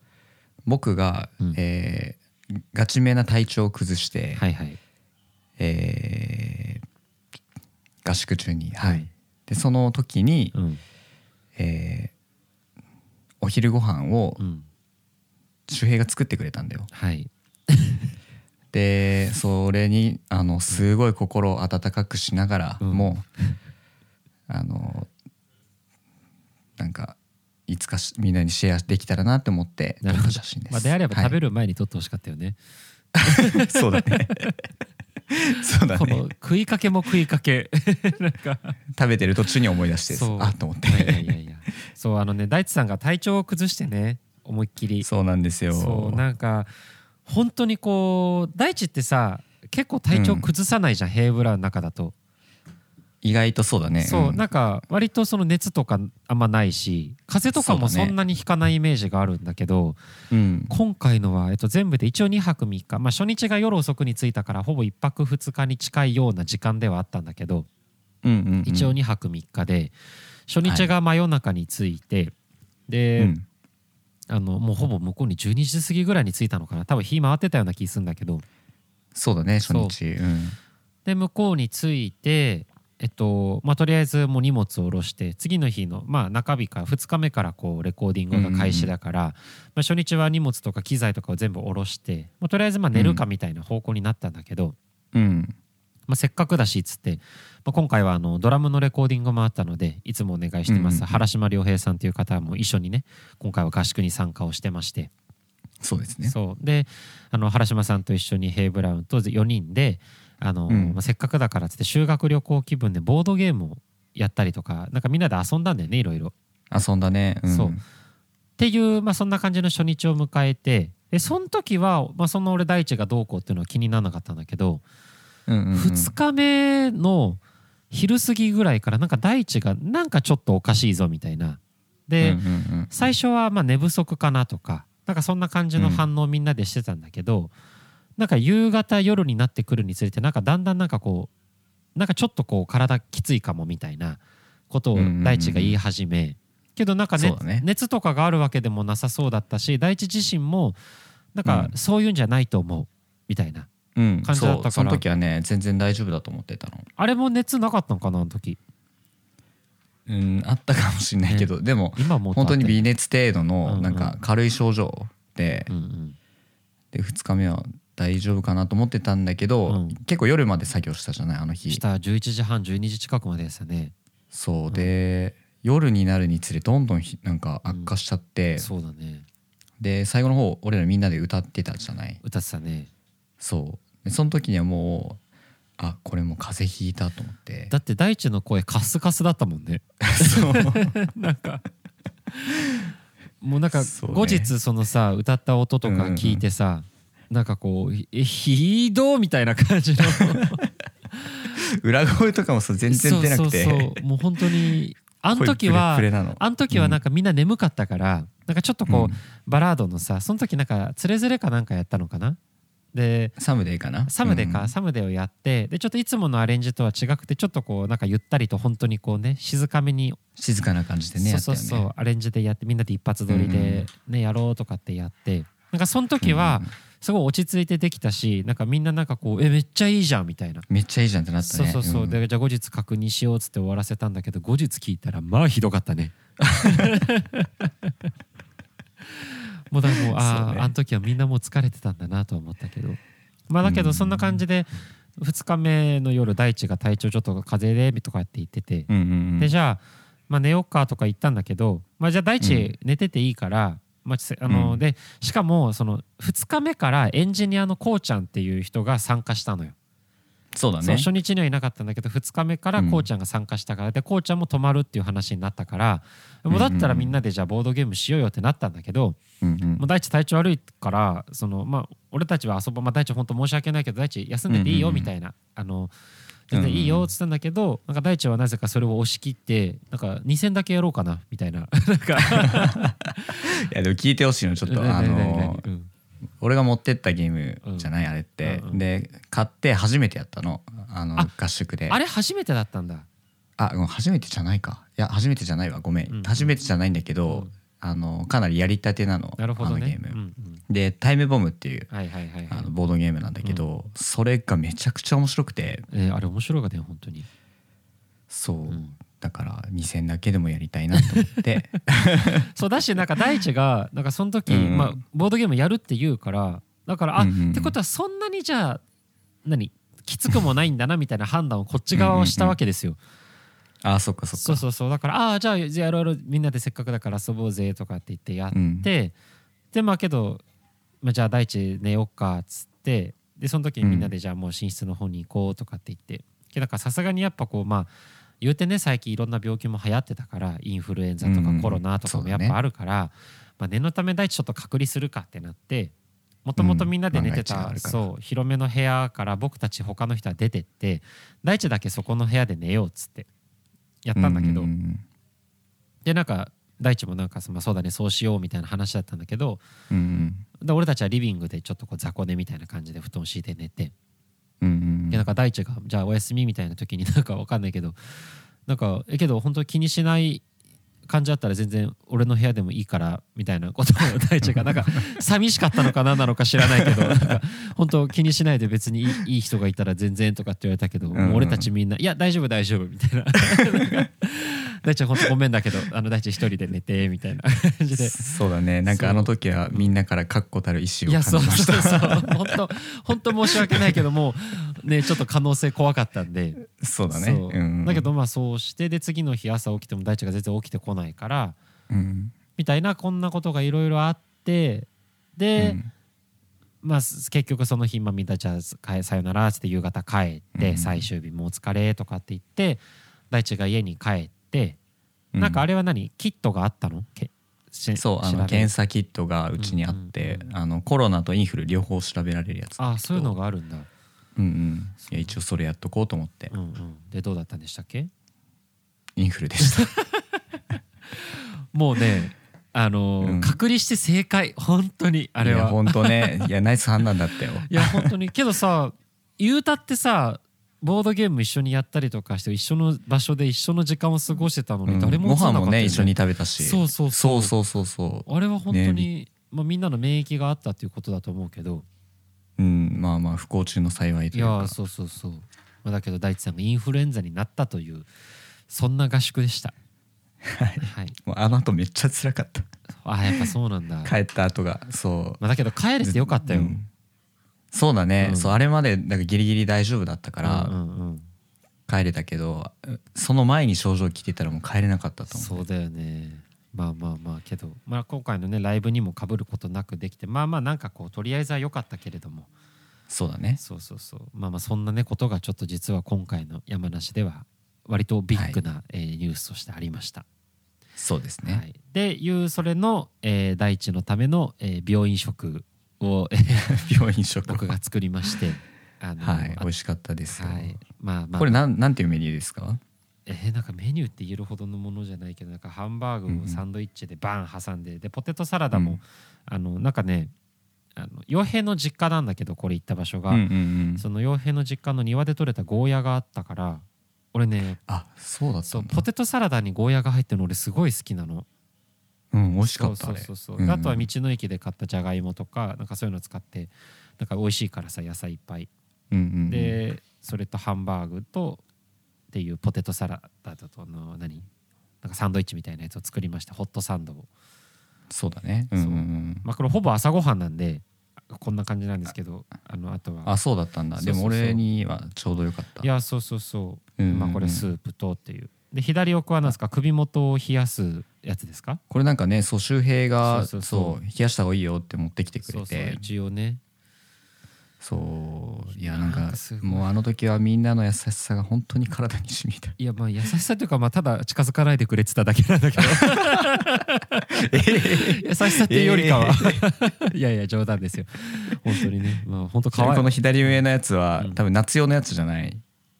S1: 僕が、
S2: うん
S1: えーガチめな体調を崩して、
S2: はいはい
S1: えー合宿中に、はい
S2: はい
S1: でその時に、
S2: うん
S1: えーお昼ご飯を
S2: うん
S1: 周平が作ってくれたんだよ。
S2: はい
S1: でそれにあのすごい心を温かくしながら、
S2: うん
S1: もうあのなんかいつかしみんなにシェアできたらなって思って撮
S2: なる
S1: っ
S2: ほ
S1: た
S2: ど
S1: 写真です。
S2: まあ、であれば食べ
S1: る、
S2: る前に撮ってほしかったよね、
S1: はい、 そうだ ねそうだ
S2: こ
S1: ね
S2: の食いかけも食いかけなんか
S1: 食べてる途中に思い出して
S2: そう
S1: あと思って、
S2: いやいやいやそうあのね大地さんが体調を崩してね思いっきり
S1: そうなんですよ
S2: そうなんか本当にこう大地ってさ結構体調崩さないじゃん、ヘイブラウンの中だと、
S1: 意外とそうだね
S2: そう、
S1: ん
S2: なんか割とその熱とかあんまないし風邪とかも
S1: そうだ
S2: そ
S1: ね
S2: んなにひかないイメージがあるんだけど、
S1: うん
S2: 今回のは、えっと、全部で一応2泊3日、まあ、初日が夜遅くに着いたからほぼ1泊2日に近いような時間ではあったんだけど
S1: うんうんうん
S2: 一応2泊3日で初日が真夜中に着いて、で、
S1: うん
S2: あのもうほぼ向こうに12時過ぎぐらいに着いたのかな多分日回ってたような気するんだけど
S1: そうだね初
S2: そう
S1: 日うん
S2: で向こうに着いてえっとまあ、とりあえずもう荷物を下ろして次の日の、まあ、中日か2日目からこうレコーディングが開始だから、まあ、初日は荷物とか機材とかを全部下ろして、まあ、とりあえずまあ寝るかみたいな方向になったんだけど、
S1: うん
S2: まあ、せっかくだしっつって、まあ、今回はあのドラムのレコーディングもあったのでいつもお願いしてま
S1: うんうん
S2: す、
S1: うん
S2: 原島良平さんという方も一緒にね今回は合宿に参加をしてまして、
S1: そうですね
S2: そうであの原島さんと一緒にヘイブラウンと4人であの、
S1: うん
S2: まあ、せっかくだからっつって修学旅行気分でボードゲームをやったりとかなんかみんなで遊んだんだよねいろいろ。
S1: 遊んだねうん
S2: そうっていう、まあ、そんな感じの初日を迎えてでその時は、まあ、その俺大地がどうこうっていうのは気にならなかったんだけど、
S1: うんうんうん
S2: 2日目の昼過ぎぐらいからなんか大地がなんかちょっとおかしいぞみたいなで、
S1: うんうんうん
S2: 最初はまあ寝不足かなとかなんかそんな感じの反応をみんなでしてたんだけど、なんか夕方夜になってくるにつれてなんかだんだんなんかこうなんかちょっとこう体きついかもみたいなことを大地が言い始め、けどなんか、ね
S1: そうだね
S2: 熱とかがあるわけでもなさそうだったし大地自身もなんか
S1: う
S2: そういうんじゃないと思うみたいな、
S1: うん、
S2: 感じだったから
S1: そうその時はね全然大丈夫だと思ってたの、
S2: あれも熱なかったのかなあの時
S1: うん、あったかもしれないけど、でも
S2: 今もう
S1: 本当に
S2: ビ
S1: 微熱程度
S2: うんう
S1: の
S2: ん
S1: なんか軽い症状で,、
S2: うん
S1: で2日目は大丈夫かなと思ってたんだけど、
S2: うん
S1: 結構夜まで作業したじゃないあの
S2: うん、
S1: 日
S2: 下11時半12時近くまでですよね
S1: そうで、夜になるにつれどんどんひなんか悪化しちゃって、
S2: そうだね
S1: で最後の方俺らみんなで歌ってたじゃない
S2: 歌ってたね
S1: そうでその時にはもうあこれもう風邪ひいたと思って
S2: だって大地の声カスカスだったもんね
S1: そう
S2: なんかもうなんか
S1: そうね
S2: 後日そのさ歌った音とか聞いてさ、なんかこうひひどーみたいな感じの
S1: 裏声とかもそう 全然出なくて
S2: そうそうそうもう本当にあの
S1: 声
S2: 時は
S1: プレプレなの
S2: あの時はなんかみんな眠かったから、なんかちょっとこう、
S1: うん
S2: バラードのさその時なんか「つれづれ」かなんかやったのかなで
S1: サムデーかな
S2: サムデ
S1: うん
S2: か、サムデをやってでちょっといつものアレンジとは違くてちょっとこうなんかゆったりと本当にこうね静かめに
S1: 静かな感じでねやった
S2: そ
S1: よ
S2: う
S1: ね
S2: そうそうアレンジでやってみんなで一発撮りで、ねやろうとかってやってなんかその時は
S1: うん
S2: すごい落ち着いてできたしなんかみんななんかこうえめっちゃいいじゃんみたいな。
S1: めっちゃいいじゃんってなった
S2: そう
S1: ね
S2: そうそう、
S1: ん
S2: でじゃあ後日確認しようっつって終わらせたんだけど後日聞いたらまあひどかったね もうだからもうあ
S1: そ
S2: あ
S1: うね
S2: あの時はみんなもう疲れてたんだなとは思ったけどまあだけどそんな感じで2日目の夜大地が体調ちょっと風邪でとかって言ってて、
S1: うんうんう
S2: で
S1: ん
S2: じゃあ、まあ、寝ようかとか言ったんだけど、まあ、じゃあ大
S1: う
S2: 地寝てていいから、まあせあの
S1: うん
S2: でしかもその2日目からエンジニアのこうちゃんっていう人が参加したのよ。
S1: そうだ
S2: そう
S1: ね
S2: 初日にはいなかったんだけど2日目から
S1: うん
S2: こうちゃんが参加したから、でこうちゃんも泊まるっていう話になったからもうだったらみんなでじゃあボードゲームしようよってなったんだけど、
S1: うんうん
S2: もう大地体調悪いからその、まあ、俺たちは遊ば、まあ、大地本当申し訳ないけど大地休んでていいよみたいな、あの全然いいよって言ったんだけど、なんか大地はなぜかそれを押し切ってなんか2戦だけやろうかなみたいななんか
S1: いやでも聞いてほしいのちょっとあの
S2: うんうん
S1: 俺が持ってったゲームじゃないあれって
S2: うんうん
S1: で買って初めてやったのあの
S2: あ
S1: 合宿で
S2: あれ初めてだったんだ
S1: あうん初めてじゃないかいや初めてじゃないわごめん、
S2: うんうん
S1: 初めてじゃないんだけど、
S2: うん
S1: あのかなりやりたてなの
S2: なるほど
S1: あのゲ
S2: ね
S1: ーム、
S2: うんうん
S1: で「タイムボム」っていう
S2: はいはいはいは
S1: あ
S2: い
S1: のボードゲームなんだけど、それがめちゃくちゃ面白くて
S2: えーあれ面白いかね本当に
S1: そう、
S2: うん
S1: だから2戦だけでもやりたいなと思って
S2: そうだしなんか大地がなんかその時、
S1: うん
S2: まあ、ボードゲームやるって言うからだからあ、
S1: うんうん
S2: ってことはそんなにじゃあ何きつくもないんだなみたいな判断をこっち側をしたわけですよ。
S1: あそっかそっか
S2: そうそうそうだからああーじゃあじゃあやろうやろうみんなでせっかくだから遊ぼうぜとかって言ってやって、
S1: うん
S2: でまあけど、まあ、じゃあ大地寝よっかっつってでその時にみんなでじゃあもう寝室の方に行こうとかって言ってけどなんかさすがにやっぱこうまあ言うてね最近いろんな病気も流行ってたからインフルエンザと
S1: うんう
S2: か
S1: ん
S2: コロナとか
S1: そ
S2: も
S1: う
S2: や
S1: だ
S2: っ
S1: ね
S2: ぱあるから、まあ、念のため大地ちょっと隔離するかってなってもともとみんなで寝て
S1: うん万
S2: た、
S1: が一があるから
S2: そう広めの部屋から僕たち他の人は出てって大地だけそこの部屋で寝ようっつってやったんだけど、
S1: ううん
S2: でなんか大地もなんかそ、まあ、そうだねそうしようみたいな話だったんだけど
S1: うんうん
S2: で俺たちはリビングでちょっとこう雑魚寝みたいな感じで布団敷いて寝て、
S1: うんうん
S2: でなんか大地がじゃあお休みみたいな時になんかわかんないけど なんかえけど本当気にしない感じだったら全然俺の部屋でもいいからみたいなことを大 地がなんか寂しかったのか何なのか知らないけどなんか本当気にしないで別にいいいい人がいたら全然とかって言われたけど、
S1: ん
S2: もう俺たちみんないや大丈夫大丈夫みたいななんか 大地は本当ごめんだけどあの大地一人で寝てみたいな感じで
S1: そうだねなんかあの時はみんなから確固たる意志を
S2: いや
S1: 感じ
S2: そう
S1: ました
S2: そうそう本当本当申し訳ないけどもうねちょっと可能性怖かったんで
S1: そうだね
S2: そうんだけどまあそうしてで次の日朝起きても大地が全然起きてこないから
S1: うん
S2: みたいなこんなことがいろいろあって
S1: う
S2: で、
S1: ん
S2: まあす結局その日まあみんなじゃあ帰さよならっつって夕方帰っ
S1: う
S2: て、
S1: ん
S2: 最終日もうお疲れとかって言って大地が家に帰って、
S1: う
S2: なんかあれは何キットがあったのけし
S1: そうあ
S2: 調
S1: の
S2: べ
S1: 検査キットがうちにあって、
S2: うんうん
S1: あのコロナとインフル両方調べられるやつ
S2: あそういうのがあるんだ、
S1: うんうんいや一応それやっとこうと思って
S2: うんうん、でどうだったんでしたっけ
S1: インフルでした
S2: もうね、あのー
S1: うん
S2: 隔離して正解本当に あれ
S1: いや
S2: は。
S1: 本当ねいやナイス判断だったよ
S2: いや本当にけどさ言うたってさボードゲーム一緒にやったりとかして一緒の場所で一緒の時間を過ごしてたのに、
S1: うん
S2: 誰
S1: ご
S2: も映ら
S1: 飯
S2: なか
S1: も
S2: ったよ
S1: ね一緒に食べたし
S2: そうそうそう
S1: そうそうそう
S2: あれは本当に、まあ、みんなの免疫があったということだと思うけど
S1: うんまあまあ不幸中の幸いと
S2: い
S1: いう
S2: や
S1: か
S2: ーそうそうそう、まあ、だけど大地さんがインフルエンザになったというそんな合宿でしたはい、
S1: もうあの後めっちゃ辛かった
S2: あーやっぱそうなんだ、
S1: 帰った後がそう
S2: まあ、だけど帰れてよかったよ、
S1: うんそうだね、
S2: うん
S1: そうあれまでなんかギリギリ大丈夫だったから、
S2: うんうんうん
S1: 帰れたけどその前に症状来てたらもう帰れなかったと思う
S2: そうだよねまあまあまあけど、まあ、今回のねライブにもかぶることなくできてまあまあなんかこうとりあえずは良かったけれども
S1: そうだね
S2: そうそうそうまあまあそんなねことがちょっと実は今回の山梨では割とビッグな、えーニュースとしてありました。
S1: そうですね、
S2: はい、でいうそれの、えー第一のための、えー病院食を、え ー
S1: 病院食
S2: 僕が作りましてあの
S1: はい
S2: あ
S1: 美味しかったですよ、
S2: はいまあまあ
S1: これなんなんていうメニューですか
S2: えーなんかメニューって言えるほどのものじゃないけどなんかハンバー
S1: うん
S2: グ
S1: う
S2: を
S1: ん
S2: サンドイッチでバン挟んで、でポテトサラダも、
S1: うん
S2: あのなんかねあの傭兵の実家なんだけどこれ行った場所が、
S1: うんうんうん
S2: その傭兵の実家の庭で採れたゴーヤがあったから俺ね
S1: あそうだった
S2: そうん
S1: だ
S2: ポテトサラダにゴーヤが入ってるの俺すごい好きなの
S1: うん美味しかった
S2: そ
S1: あ
S2: う
S1: れ
S2: そうそうそう、
S1: うん
S2: あとは道の駅で買ったじゃがいもとかなんかそういうの使ってなんか美味しいからさ野菜いっぱい
S1: うんうんうん
S2: でそれとハンバーグとっていうポテトサラダとあの何なんかサンドイッチみたいなやつを作りましたホットサンドを、
S1: そうだねうんうんうん
S2: まあ、これほぼ朝ごはんなんでこんな感じなんですけどあのあとは
S1: あそうだったんだ
S2: そうそうそう
S1: でも俺にはちょうどよかった
S2: いやそうそうそう、
S1: うんうんうん
S2: まあ、これスープとっていうで左奥は何ですか首元を冷やすやつですか
S1: これなんかね蘇州兵が
S2: そ
S1: そうう
S2: そうそう
S1: 冷やした方がいいよって持ってきてく
S2: そ
S1: れ
S2: うそう
S1: て
S2: 一応ね
S1: そういや
S2: な
S1: なんん
S2: か
S1: か
S2: すごい
S1: もうあの時はみんなの優しさが本当に体に染みた
S2: いやまあ優しさというかまあただ近づかないでくれてただけなん だけど優しさっていうよりかは、 いやいや冗談ですよ本当にねまあ本当可愛
S1: この
S2: い
S1: 左上のやつは、
S2: うん
S1: 多分夏用のやつじゃない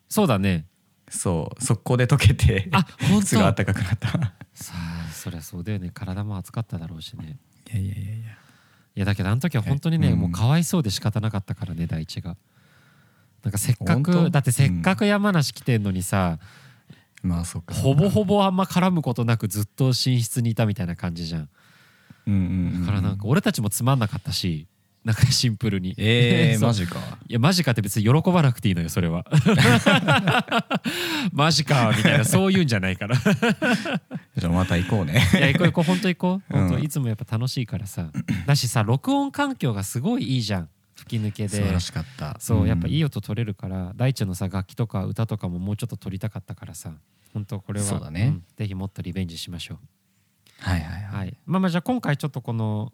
S2: そうだね
S1: そう速攻で溶けて
S2: あ本当
S1: すぐ暖かくなった
S2: さあそりゃそうだよね体も暑かっただろうしね
S1: いやいやいやいや
S2: いやだけどあの時は本当にね、
S1: うん
S2: もうかわいそうで仕方なかったからね第一がなんかせっか
S1: 本当
S2: くだってせっかく山梨来てんのにさ、
S1: まあそうか
S2: ほぼほぼあんま絡むことなくずっと寝室にいたみたいな感じじゃん
S1: うんうん、うん、
S2: だからなんか俺たちもつまんなかったしなんかシンプルに
S1: え ー、
S2: そう
S1: マジか
S2: いやマジかって別に喜ばなくていいのよそれ はマジかみたいなそういうんじゃないからい
S1: じゃあまた行こうね
S2: や行こう行こう本当行こう
S1: うん
S2: 本当いつもやっぱ楽しいからさだしさ録音環境がすごいいいじゃん吹き抜け
S1: 素晴
S2: で
S1: らしかった
S2: そうやっぱいい
S1: よ、
S2: 音取れるから大地のさ楽器とか歌とかももうちょっと取りたかったからさ本当これは
S1: そうだね
S2: んぜひもっとリベンジしましょう
S1: はいはいはい、
S2: はい、まあまあじゃあ今回ちょっとこの、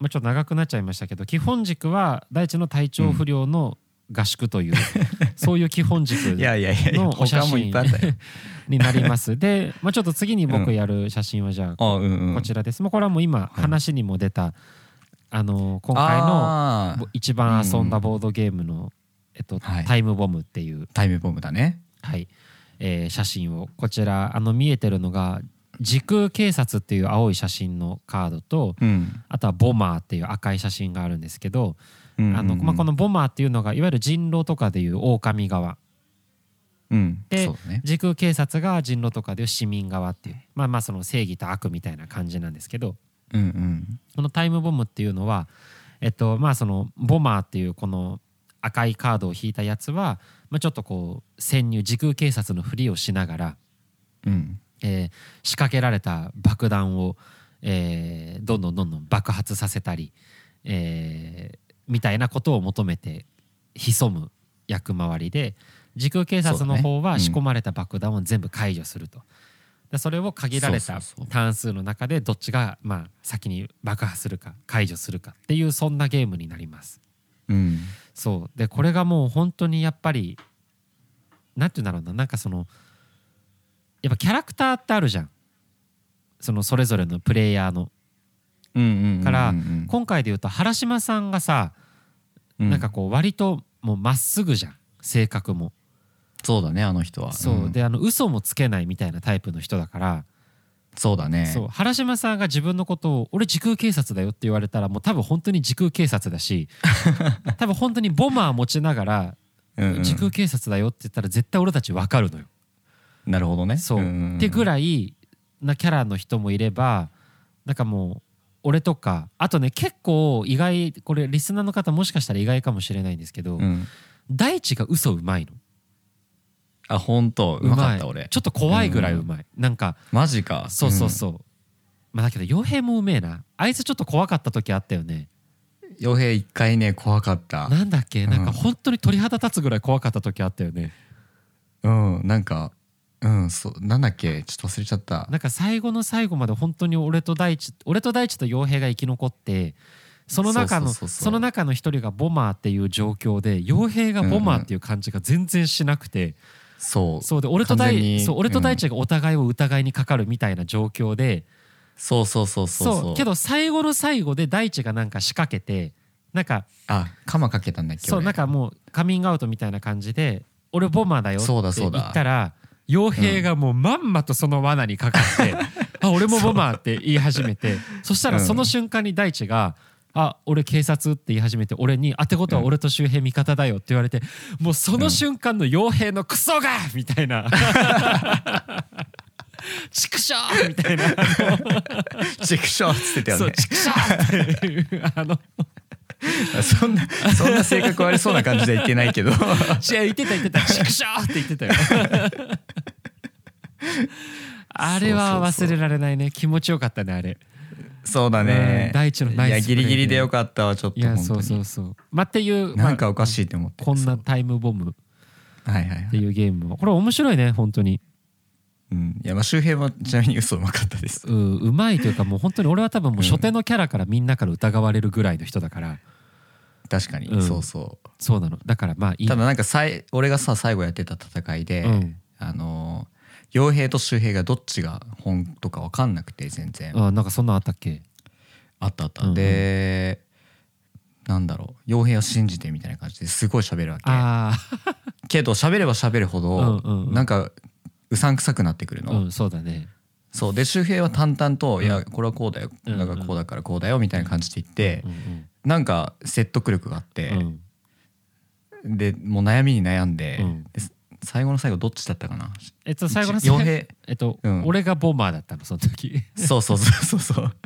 S2: まあ、ちょっと長くなっちゃいましたけど基本軸は大地の体調不良の合宿 という、そういう基本軸
S1: いやいやいやいや
S2: のお写
S1: 他
S2: 真
S1: もいっぱいあ ったよ
S2: になりますで、まあ、ちょっと次に僕やる写真はじゃあ
S1: あうんうん
S2: こちらです、もうこれはもう今話にも出た、あの今回の
S1: あー
S2: 一番遊んだボードゲームの、えっと
S1: はい
S2: タイムボムっていう、
S1: タイムボムだね
S2: はいえー写真をこちらあの見えてるのが時空警察っていう青い写真のカードと、
S1: うん、
S2: あとはボマーっていう赤い写真があるんですけど、
S1: うんうん
S2: あのまあ、このボマーっていうのがいわゆる人狼とかでいう狼側
S1: うん
S2: で
S1: そうだね
S2: 時空警察が人狼とかでいう市民側っていうまあまあその正義と悪みたいな感じなんですけど
S1: うんうん
S2: このタイムボムっていうのはえっとまあそのボマーっていうこの赤いカードを引いたやつは、まあ、ちょっとこう潜入時空警察のふりをしながら、
S1: うん
S2: えー仕掛けられた爆弾を、えーどんどんどんどん爆発させたり、えーみたいなことを求めて潜む役回りで時空警察の
S1: そう
S2: 方
S1: だねう
S2: は
S1: ん
S2: 仕込まれた爆弾を全部解除すると。でそれを限られ
S1: そ
S2: た
S1: うそうそう
S2: 単数の中でどっちがまあ先に爆破するか解除するかっていうそんなゲームになります。
S1: うん
S2: そうでこれがもう本当にやっぱりなんて言うんだろうななんかそのやっぱキャラクターってあるじゃんそのそれぞれのプレイヤーの
S1: うんうんうんうん
S2: から今回で言うと原島さんがさ、
S1: うん
S2: なんかこう割ともうまっすぐじゃん性格も
S1: そうだねあの人は
S2: そう、
S1: ん
S2: であの嘘もつけないみたいなタイプの人だから、
S1: そうだね
S2: そう原島さんが自分のことを「俺時空警察だよ」って言われたらもう多分本当に時空警察 だし多分本当にボマー持ちながら
S1: うんうん
S2: 時空警察だよって言ったら絶対俺たち分かるのよ。
S1: なるほどね
S2: そう、ってぐ
S1: い
S2: らいなキャラの人もいればなんかもう俺とかあとね結構意外これリスナーの方もしかしたら意外かもしれないんですけど、
S1: うん
S2: 大地が嘘うまいの
S1: あ本当うまかった俺
S2: ちょっと怖いぐらいうまい、なんか
S1: マジか
S2: そうそうそう、まあだけど傭兵もうめえなあいつちょっと怖かった時あったよね
S1: うん傭兵一回ね怖かった
S2: なんだっけなん
S1: う
S2: か
S1: ん
S2: 本当に鳥肌立つぐらい怖かった時あったよね
S1: うんなんかうんそうなんだっけちょっと忘れちゃった
S2: なんか最後の最後まで本当に俺と大地俺と大地と傭兵が生き残ってその中の
S1: そう
S2: そ
S1: そうそうそう
S2: の中の一人がボマーっていう状況で傭兵がボマーっていう感じが全然しなくて、
S1: そう
S2: そうで俺と
S1: 完全
S2: 大
S1: に
S2: そう俺と大地がお互いを疑いにかかるみたいな状況で、
S1: そうそうそうそう
S2: そうけど最後の最後で大地がなんか仕掛けてなんか
S1: あ鎌かけたんだっけ
S2: そう
S1: 俺
S2: な んかもうカミングアウトみたいな感じで「俺ボマーだよ」って
S1: そうだそうだ
S2: 言ったら傭兵がもうまんまとその罠にかかって「 あ俺もボマー」って言い始めてそしたら
S1: うん
S2: その瞬間に大地が「あ俺警察」って言い始めて俺に「あってことは俺と周平味方だよ」って言われてもうその瞬間の傭兵のクソがみた いな「畜生!」みたいな
S1: チクショーっつってた
S2: 「そ
S1: よ
S2: う
S1: ね
S2: 畜生!」っていうあの。
S1: そんなそんな性格悪そうな感じではいけないけど
S2: 違う言ってた言ってた「ちくしょう!」って言ってたよ あれは忘れられないね気持ちよかったねあれ
S1: そうだ
S2: う
S1: ね
S2: ん大地のナ
S1: いや
S2: イスプレ
S1: ギ
S2: ーで
S1: リギリでよかったわちょっと
S2: い
S1: 本当
S2: や
S1: に
S2: そうそうそうまあっていう
S1: なんか
S2: ま
S1: おかしいって思って
S2: あこん
S1: そ
S2: な
S1: う
S2: タイムボム
S1: はいはいはい
S2: っていうゲームはこれ面白いね本当に
S1: うんいやまあ周平はちなみに嘘うまかったです
S2: ううまいというかもう本当に俺は多分もう初手のキャラからみんなから疑われるぐらいの人だから
S1: 確かに、
S2: うん
S1: そうそう
S2: そうなのだからまあいい
S1: ただなんかさい俺がさ最後やってた戦いで、
S2: うん
S1: あのー傭兵と周兵がどっちが本とか分かんなくて全然、
S2: あなんかそんなんあったっけ
S1: あったあった、
S2: うんうん
S1: でなんだろう傭兵を信じてみたいな感じですごい喋るわけ
S2: あ
S1: けど喋れば喋るほど、
S2: うんうんうん
S1: なんかうさんくさくなってくる
S2: あ
S1: の、
S2: うんそうだね
S1: そうで周平は淡々と「いやこれはこうだよ、
S2: うんうん
S1: なんかこうだからこうだよ」みたいな感じで言って、
S2: うん
S1: なんか説得力があって
S2: うんう、ん
S1: でもう悩みに悩んで,、
S2: うん
S1: で最後の最後どっちだったかな
S2: えっと最後の
S1: 一傭兵
S2: えっと
S1: うん
S2: 俺がボンバーだったのその時
S1: そうそうそうそうそう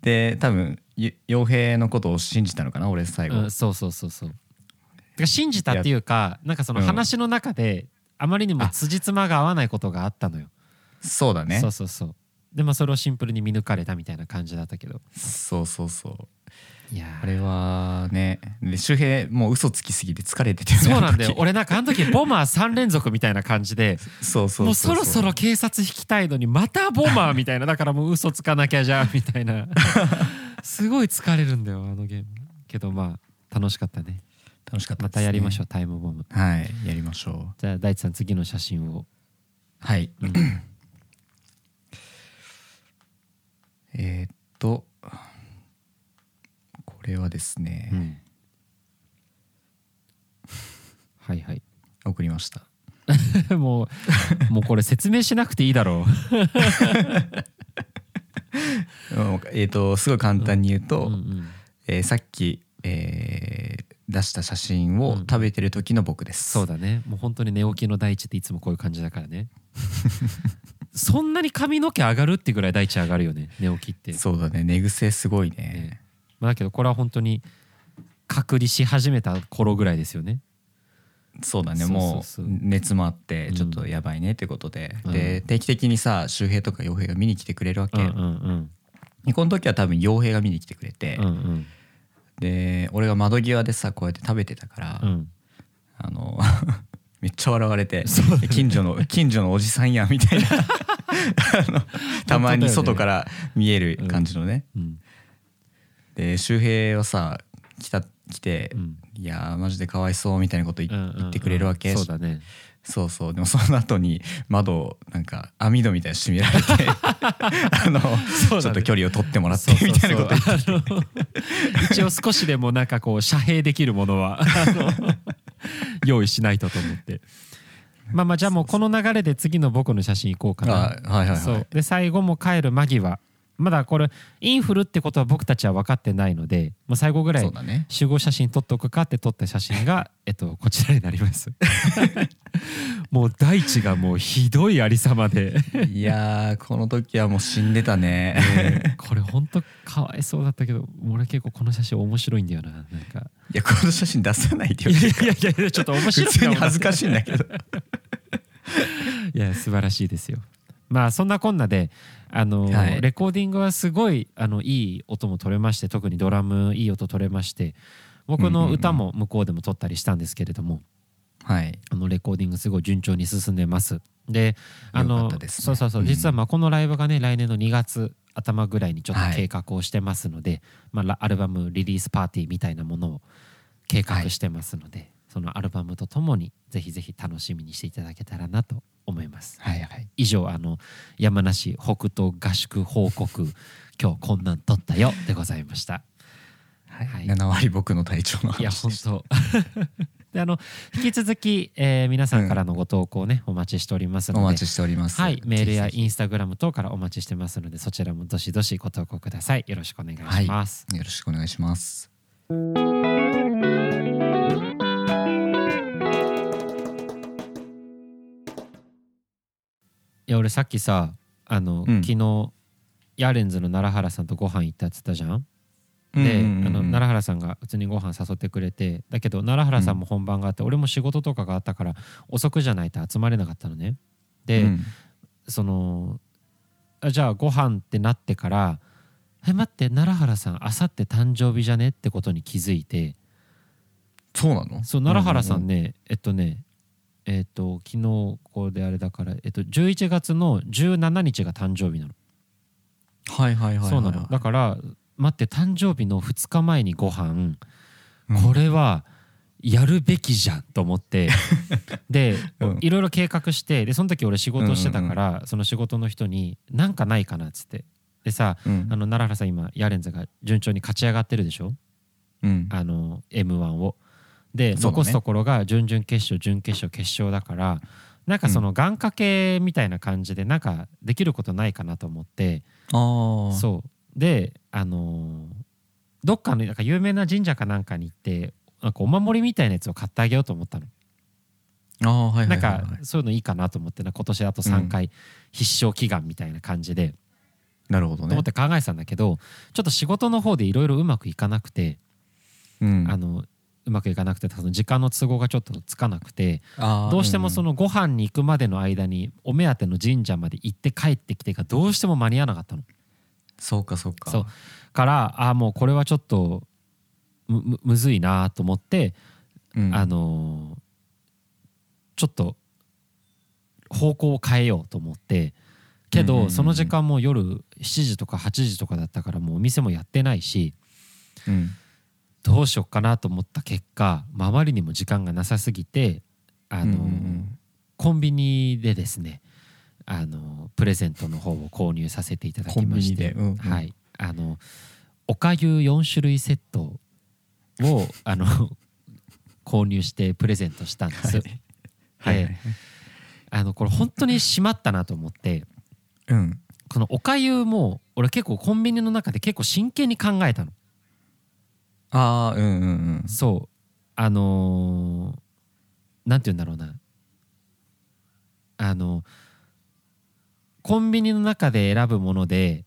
S1: で多分ゆ傭兵のことを信じたのかな俺最後、
S2: うんそうそうそうそうてか信じたっていうかなんかその
S1: うん
S2: 話の中であまりにも辻褄が合わないことがあったのよ
S1: そうだね
S2: そうそうそうでまあそれをシンプルに見抜かれたみたいな感じだったけど
S1: そうそうそう
S2: いやー
S1: あれはねで周平もう嘘つきすぎて疲れてて、ね、
S2: そうなんだよ
S1: あの時
S2: 俺なんかあの時ボマー3連続みたいな感じで
S1: そうそう
S2: もうそろそろ警察引きたいのにまたボマーみたいなだからもう嘘つかなきゃじゃんみた いなすごい疲れるんだよあのゲームけどまあ楽しかったね
S1: 楽しかった
S2: ま
S1: ですね
S2: たやりましょうタイムボム
S1: はいやりましょう
S2: じゃあ大地さん次の写真を
S1: はい、えーっとこれはですね、
S2: はいはい
S1: 送りました
S2: もうもうこれ説明しなくていいだろ
S1: うんえーっとすごい簡単に言う
S2: う、
S1: と、
S2: うんうん
S1: えーさっき、えー出した写真を食べてる時の僕です、
S2: そうだねもう本当に寝起きの大地っていつもこういう感じだから ねそんなに髪の毛上がるってぐらい大地上がるよね寝起きって
S1: そうだね寝癖すごいね、
S2: まあ、だけどこれは本当に隔離し始めた頃ぐらいですよね
S1: そうだね
S2: そうそう
S1: も
S2: そうう
S1: 熱もあって
S2: うん
S1: ちょっとやばいねってことで、
S2: うん
S1: で定期的にさ周平とか傭兵が見に来てくれるわけ、
S2: うんうん
S1: でこの時は多分傭兵が見に来てくれて、
S2: うんうん
S1: で俺が窓際でさこうやって食べてたから、
S2: うん
S1: あの めっちゃ笑われて、近所 の近所のおじさんやみたいなあのたまに外から見える感じのね、
S2: うん
S1: で周平はさ来た来て、
S2: うん
S1: いやーマジでかわいそうみたいなこと言,、
S2: うん
S1: ってくれるわけ
S2: そうだね
S1: そうそうでもその後に窓をなんか網戸みたいに閉められ てあの、
S2: そうだね
S1: ちょっと距離を取ってもらって
S2: そうそう
S1: みたいなこと言って
S2: そう あの一応少しでもなんかこう遮蔽できるものはあの 用意しないとと思ってまあまあじゃあもうこの流れで次の僕の写真いこうかな
S1: あはいはい
S2: そ
S1: はいう
S2: で最後も帰る間際まだこれインフルってことは僕たちは分かってないので、まあ、最後ぐら
S1: そ
S2: いう
S1: だね
S2: 集合写真撮っとくかって撮った写真が、 えっと、こちらになります もう大地がもうひどいありさまで
S1: いやーこの時はもう死んでたね
S2: これほんとかわいそうだったけど俺結構この写真面白いんだよななんか
S1: いやこの写真出さないでよ
S2: いやいやい やいやちょっと面
S1: 普
S2: 白い
S1: 通に恥ずかしいんだけど
S2: いや素晴らしいですよまあそんなこんなであの、
S1: はい
S2: レコーディングはすごいあのいい音も取れまして特にドラムいい音取れまして僕の歌も向こうでも撮ったりしたんですけれども、
S1: はい
S2: あのレコーディングすごい順調に進んでます。で、あ
S1: よか
S2: の
S1: ったですね
S2: そうそうそう、
S1: うん
S2: 実はまあこのライブがね来年の2月頭ぐらいにちょっ
S1: はい
S2: と計画をしてますので、まあラアルバムリリースパーティーみたいなものを計画してますので、そのアルバムとともにぜひぜひ楽しみにしていただけたらなと思います。
S1: はいはい
S2: 以上あの山梨北東合宿報告今日こんなん撮ったよでございました。はい
S1: 7割僕の体調の話
S2: いや
S1: で
S2: 本
S1: した
S2: 当 であの引き続き、えー皆さんからのご投稿ね、お待ちしておりますので
S1: お待ちしております
S2: はいメールやイ
S1: ン
S2: ンスタグラム等からお待ちしてますのでそちらもどしどしご投稿くださいよろしくお願いします、
S1: よろしくお願いします
S2: い、や俺さっきさあの、
S1: うん
S2: 昨日ヤーレンズの奈良原さんとご飯行ったっつったじゃん
S1: う
S2: で、
S1: んうんうん
S2: あの奈良原さんが普通にご飯誘ってくれてだけど奈良原さんも本番があって、俺も仕事とかがあったから遅くじゃないと集まれなかったのねで、
S1: うん
S2: そのあじゃあご飯ってなってから「え待って奈良原さんあさって誕生日じゃね?」ってことに気づいて
S1: そうなの
S2: そう奈良原さ
S1: うん
S2: ね、えっとねえっと昨日ここであれだから、えっと、11月の17日が誕生日
S1: うんう
S2: なの、
S1: んはいはいはいはい
S2: そうなのだから待って誕生日の2日前にご飯
S1: うん
S2: これはやるべきじゃんと思って で
S1: うん
S2: いろいろ計画してでその時俺仕事してたから、その仕事の人に「なんかないかな」っつってでさ
S1: うん
S2: あの奈良原さん今ヤーレンズが順調に勝ち上がってるでしょ
S1: うん
S2: あの m 1を。で、
S1: そうだね
S2: 残すところが準々決勝準決勝決勝だからなんかその願掛けみたいな感じでなんかできることないかなと思って、
S1: ああ
S2: そうであのーどっかのなんか有名な神社かなんかに行ってなんかお守りみたいなやつを買ってあげようと思ったの、
S1: ああはいはいはいはい
S2: なんかそういうのいいかなと思ってな今年あと3回必勝祈願みたいな感じで、
S1: なるほど
S2: と思
S1: ね
S2: って考えてたんだけどちょっと仕事の方でいろいろうまくいかなくて、
S1: うん
S2: あのうまくいかなくてその時間の都合がちょっとつかなくて
S1: あー
S2: どうしてもそ
S1: ん
S2: のご飯に行くまでの間にお目当ての神社まで行って帰ってきてがどうしても間に合わなかったの
S1: そうかそうか
S2: そうからああもうこれはちょっとむむむずいなと思って、
S1: うん
S2: あのーちょっと方向を変えようと思ってけ
S1: うんうんう
S2: ど
S1: ん
S2: その時間も夜7時とか8時とかだったからもうお店もやってないし、
S1: うん
S2: どうしよっかなと思った結果、まああまりにも時間がなさすぎてあの、
S1: うんうん
S2: コンビニでですねあのプレゼントの方を購入させていただ
S1: コ
S2: き
S1: ンビ
S2: ま
S1: ニ
S2: し
S1: で
S2: て、
S1: うんうん
S2: はい、あのおかゆ4種類セットをあの 購入してプレゼントしたんです、
S1: はい
S2: であのこれ本当にしまったなと思って
S1: うん
S2: このおかゆも俺結構コンビニの中で結構真剣に考えたの。
S1: ああうんうんうん
S2: そうあのーなんて言うんだろうなあのコンビニの中で選ぶもので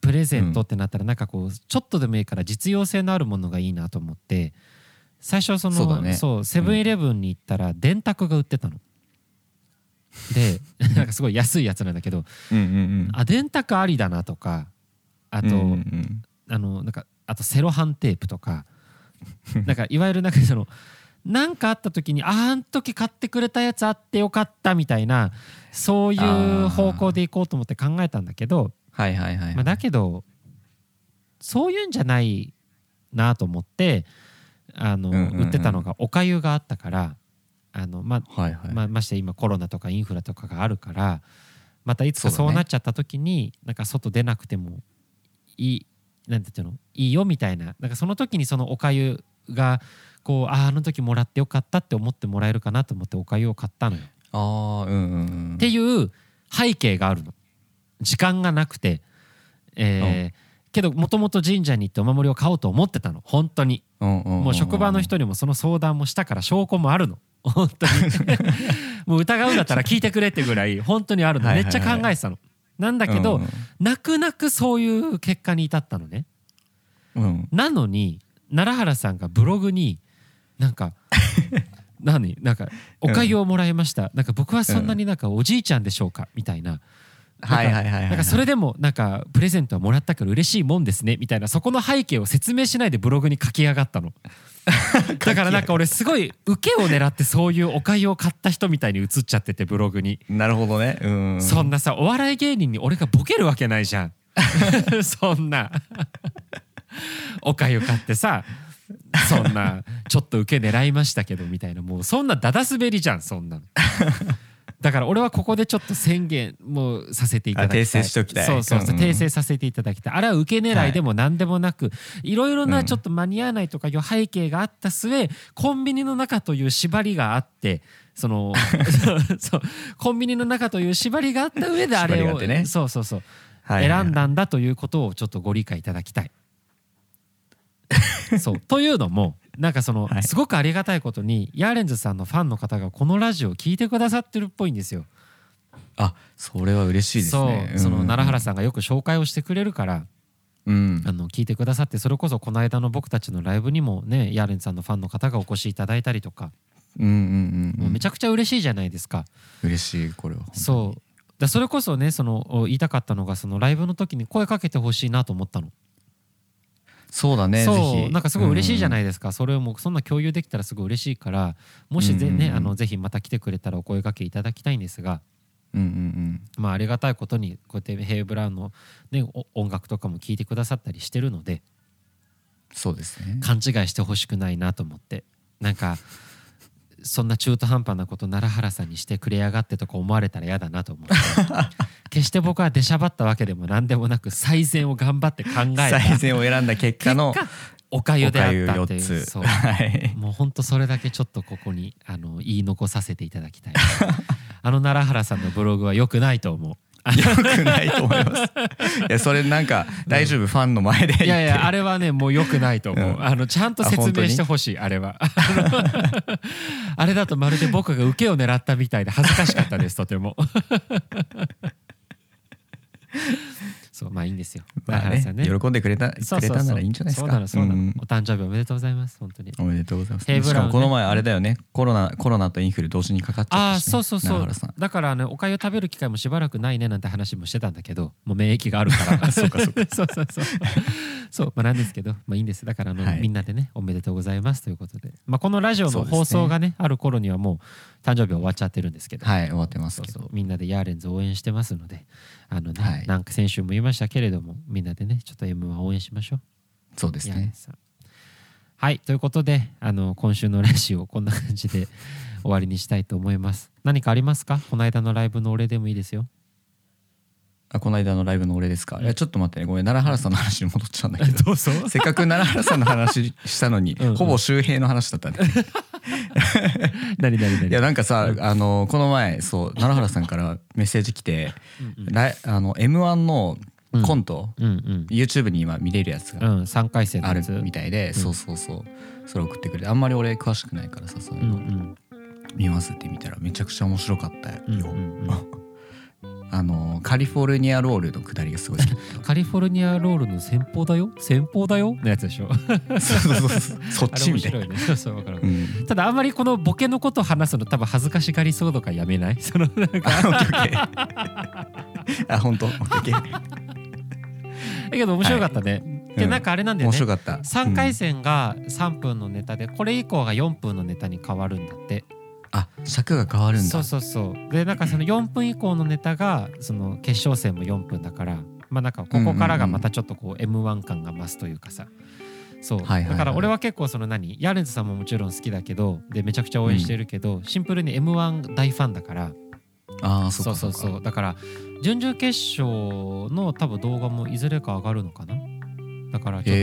S2: プレゼントってなったらなんかこうちょっとでもいいから実用性のあるものがいいなと思って最初その
S1: そうだね
S2: そうセブンイレブンに行ったら電卓が売ってたの。 でなんかすごい安いやつなんだけど
S1: うんうん
S2: あ電卓ありだなとかあ
S1: あ
S2: と、
S1: うんうん
S2: あのなんかあとセロハンテープと かなんかいわゆるなんかそのなんかあった時にあーあん時買ってくれたやつあってよかったみたいなそういう方向でいこうと思って考えたんだけど
S1: はいはいはい
S2: まあ、だけどそういうんじゃないなと思ってあの、
S1: うんうんうん
S2: 売ってたのがおかゆがあったからあの、まあ、
S1: はいはい
S2: まあまして今コロナとかインフラとかがあるからまたいつか
S1: そうだ
S2: そ
S1: ね
S2: うなっちゃった時に、なんか外出なくてもいいなんていうのいいよみたいななんかその時にそのおかゆがこうあーあの時もらってよかったって思ってもらえるかなと思っておかゆを買ったのよ。
S1: ああうんうんうん
S2: っていう背景があるの時間がなくて、えーけどもともと神社に行ってお守りを買おうと思ってたの本当に
S1: も
S2: もう職場の人にもその相談もしたから証拠もあるの 本 当にもう疑うんだったら聞いてくれってぐらい本当にあるの
S1: はいはい
S2: めっ
S1: はい
S2: ちゃ考えてたのなんだけど、泣く泣くそういう結果に至ったのね
S1: うんうん
S2: なのに奈良原さんがブログになん か何なんか「おかゆをもらいました」なんか僕はそんなになんかおじいちゃんでしょうか」みたいな
S1: はいはいはいはい
S2: なんかそれでもなんかプレゼントはもらったから嬉しいもんですねみたいなそこの背景を説明しないでブログに書き上 がったのだからなんか俺すごい受けを狙ってそういうお買いを買った人みたいに映っちゃっててブログに、
S1: なるほどねうん
S2: そんなさお笑い芸人に俺がボケるわけない じゃんそんなお買いを買ってさそんなちょっと受け狙いましたけどみたいなもうそんなだだ滑りじゃんそんなのだから俺はここでちょっと宣言もうさせていただきたい
S1: あ訂正しときたい
S2: そうそうそう
S1: うん
S2: 訂正させていただきたいあれは受け狙いでも何でもなく、い、ろいろなちょっと間に合わないとかいう背景があった末コンビニの中という縛りがあって そのそうそうコンビニの中という縛りがあった上であれ
S1: 縛りがあ
S2: を
S1: ってね
S2: そうそうそう、
S1: はいはいはい
S2: 選んだんだということをちょっとご理解いただき たい。そうというのもなんかその、
S1: はい
S2: すごくありがたいことにヤーレンズさんのファンの方がこのラジオを聞いてくださってるっぽいんですよ。
S1: あそれは嬉しいですね
S2: そうその
S1: ん
S2: 奈良原さんがよく紹介をしてくれるから
S1: うん
S2: あの聞いてくださってそれこそこの間の僕たちのライブにもねヤーレンズさんのファンの方がお越しいただいたりとか
S1: うんうんうん
S2: もうめちゃくちゃ嬉しいじゃないですか。
S1: 嬉しいこれは
S2: そうだそれこそねそのお言いたかったのがそのライブの時に声かけてほしいなと思ったの。
S1: そうだねぜ
S2: そう
S1: ひ
S2: なんかすごい嬉しいじゃ
S1: い
S2: ないですか、それをもうそんな共有できたらすごい嬉しいからもしぜ,、
S1: うんうんうん
S2: ね、あのぜひまた来てくれたらお声掛けいただきたいんですが
S1: うんうん
S2: まあ、ありがたいことにこうやってヘイ・ブラウンの、ね、お音楽とかも聴いてくださったりしてるので
S1: そうですね
S2: 勘違いしてほしくないなと思ってなんかそんな中途半端なこと奈良原さんにしてくれやがってとか思われたら嫌だな と思って決して僕は出しゃばったわけでも何でもなく最善を頑張って考えた
S1: 最善を選んだ結果の
S2: 結果おかゆであった
S1: お
S2: っ
S1: 粥
S2: てい
S1: 四つ
S2: うそう
S1: はい
S2: もうほんとそれだけちょっとここにあの言い残させていただきたいあの奈良原さんのブログは良くないと思う
S1: 良くないと思いますいやそれなんか大丈夫、ファンの前で言って
S2: いやいやあれはねもう良くないと思う、
S1: うん
S2: あのちゃんと説明してほしいあれは あのあれだとまるで僕が受けを狙ったみたいで恥ずかしかったですと てもそうまあいいんですよ
S1: まあ
S2: 奈良原さんね
S1: ね喜んでくれた
S2: そ
S1: く
S2: うそう
S1: れ
S2: そう
S1: たならいいんじゃないです
S2: そう
S1: か
S2: なのそうなの、
S1: うん
S2: お誕生日おめでとうございます本当に
S1: おめでとうございま
S2: テー
S1: す。
S2: ブ
S1: し
S2: ル
S1: か
S2: はね
S1: もこの前あれだよね、コロナコロナとインフル同時にかかっちゃっ
S2: ああ
S1: たしね、
S2: そうそうそ
S1: 永
S2: う
S1: 原さん。
S2: だからねおかゆ食べる機会もしばらくないねなんて話もしてたんだけどもう免疫があるか らそうかそうか そうそうそうまあなんですけどまあいいんですだからあの、
S1: はい
S2: みんなでねおめでとうございますということでまあこのラジオ
S1: そうで
S2: の
S1: すね
S2: 放送がねある頃にはもう誕生日は終わっちゃってるんですけど、
S1: はい、終わってます
S2: そう
S1: け
S2: そ
S1: ど。
S2: うみんなでヤーレンズ応援してますのであのね、
S1: はい
S2: なんか先週も言いましたけれどもみんなでねちょっと M は応援しましょう
S1: そうです
S2: いや
S1: ね。
S2: さはいということであの今週のラジオこんな感 じで終わりにしたいと思います何かありますかこの間のライブのお礼でもいいですよ
S1: あこの間のライブの俺ですか。いやちょっと待ってね、ごめん奈良原さんの話に戻っちゃうんだけど。
S2: どうぞ
S1: せっかく奈良原さんの話したのに
S2: うんうん、
S1: ほぼ周平の話だったんだよね。
S2: 何何何
S1: いやなんかさ、あのこの前そう奈良原さんからメッセージ来て、来あの M1 のコント、
S2: うんう
S1: YouTube に今見れるやつが
S2: んうん3回戦の
S1: あ
S2: や
S1: る
S2: つ
S1: みたいで、そうそうそう。それ送ってくれて、あんまり俺詳しくないからさ、そういう
S2: うん
S1: の。
S2: うん
S1: 見ませてみたらめちゃくちゃ面白かったよ、
S2: うんうんうん
S1: あのカリフォルニアロールの下りがすごい好きだっ
S2: カリフォルニアロールの先方だよ先方だよのやつで しょあ
S1: たそうそうそうそっ
S2: れ
S1: ち
S2: 面
S1: みたいな
S2: 白いねそうそうわかるわ
S1: う
S2: かる
S1: ん、
S2: ただあんまりこのボケのことを話すの多分恥ずかしがりそうとかやめないそのなんか
S1: あオッケーオッケー あ本当オッケーオッケー
S2: だけど面白かったね、で
S1: うん
S2: なんかあれなんだよ
S1: 面
S2: ね
S1: 白かった
S2: 3回
S1: うん
S2: 戦が3分のネタでこれ以降が4分のネタに変わるんだって
S1: あ尺が変わるんだ
S2: そうそうそうでなんかその4分以降のネタがその決勝戦も4分だからまあなんかここからがまたちょっとこう m 1感が増すというかさそう
S1: はいはいはい
S2: だから俺は結構その何ヤーレンズさんももちろん好きだけどでめちゃくちゃ応援してるけど、シンプルに m 1大ファンだから
S1: あーそっ
S2: そ
S1: か
S2: うそ
S1: そうっか
S2: そうだから準々決勝の多分動画もいずれか上がるのかなだからちょっと、
S1: へ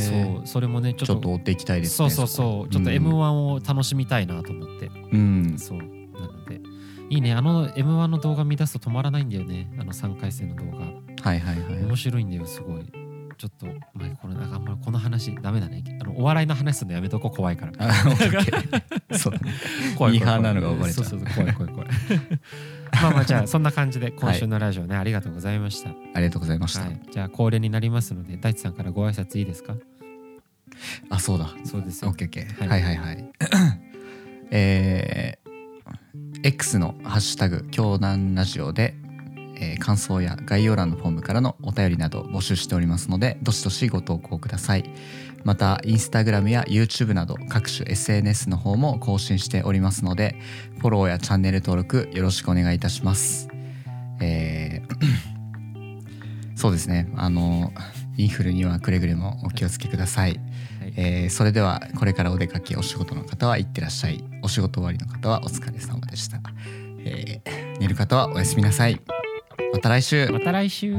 S1: え
S2: そうそれもねちょっ
S1: ちょ
S2: と
S1: っと追っていきたいですね
S2: そうそうそうちょっと m 1を楽しみたいなと思って、
S1: 1うん
S2: そうなのでいいねあの m 1の動画見出すと止まらないんだよねあの3回戦の動画
S1: はいはいはい
S2: 面白いんだよすごいちょっとまあこれなんかあんまりこの話ダメだねあのお笑いの話するのやめとこう怖いから
S1: あオッケーそうだね
S2: 怖い怖い怖い
S1: ミーハーなのがバレちゃう
S2: そうそうそう怖い怖い怖いまあまあじゃあそんな感じで今週のラジオね、ありがとうございました、は
S1: ありがとうございました、
S2: い、じゃあ恒例になりますので大地さんからご挨拶いいですか
S1: あそうだ
S2: そうです
S1: オッ
S2: よ
S1: ケーオッケー
S2: は
S1: はいいはいはい。 えー X のハッシュタグ京南ラジオで、えー感想や概要欄のフォームからのお便りなど募集しておりますのでどしどしご投稿くださいまたインスタグラムや YouTube など各種 SNS の方も更新しておりますのでフォローやチャンネル登録よろしくお願いいたしますえー そうですねあのインフルにはくれぐれもお気をつけください
S2: はい
S1: えーそれではこれからお出かけお仕事の方は行ってらっしゃいお仕事終わりの方はお疲れ様でした、えー寝る方はおやすみなさいまた来週
S2: また来週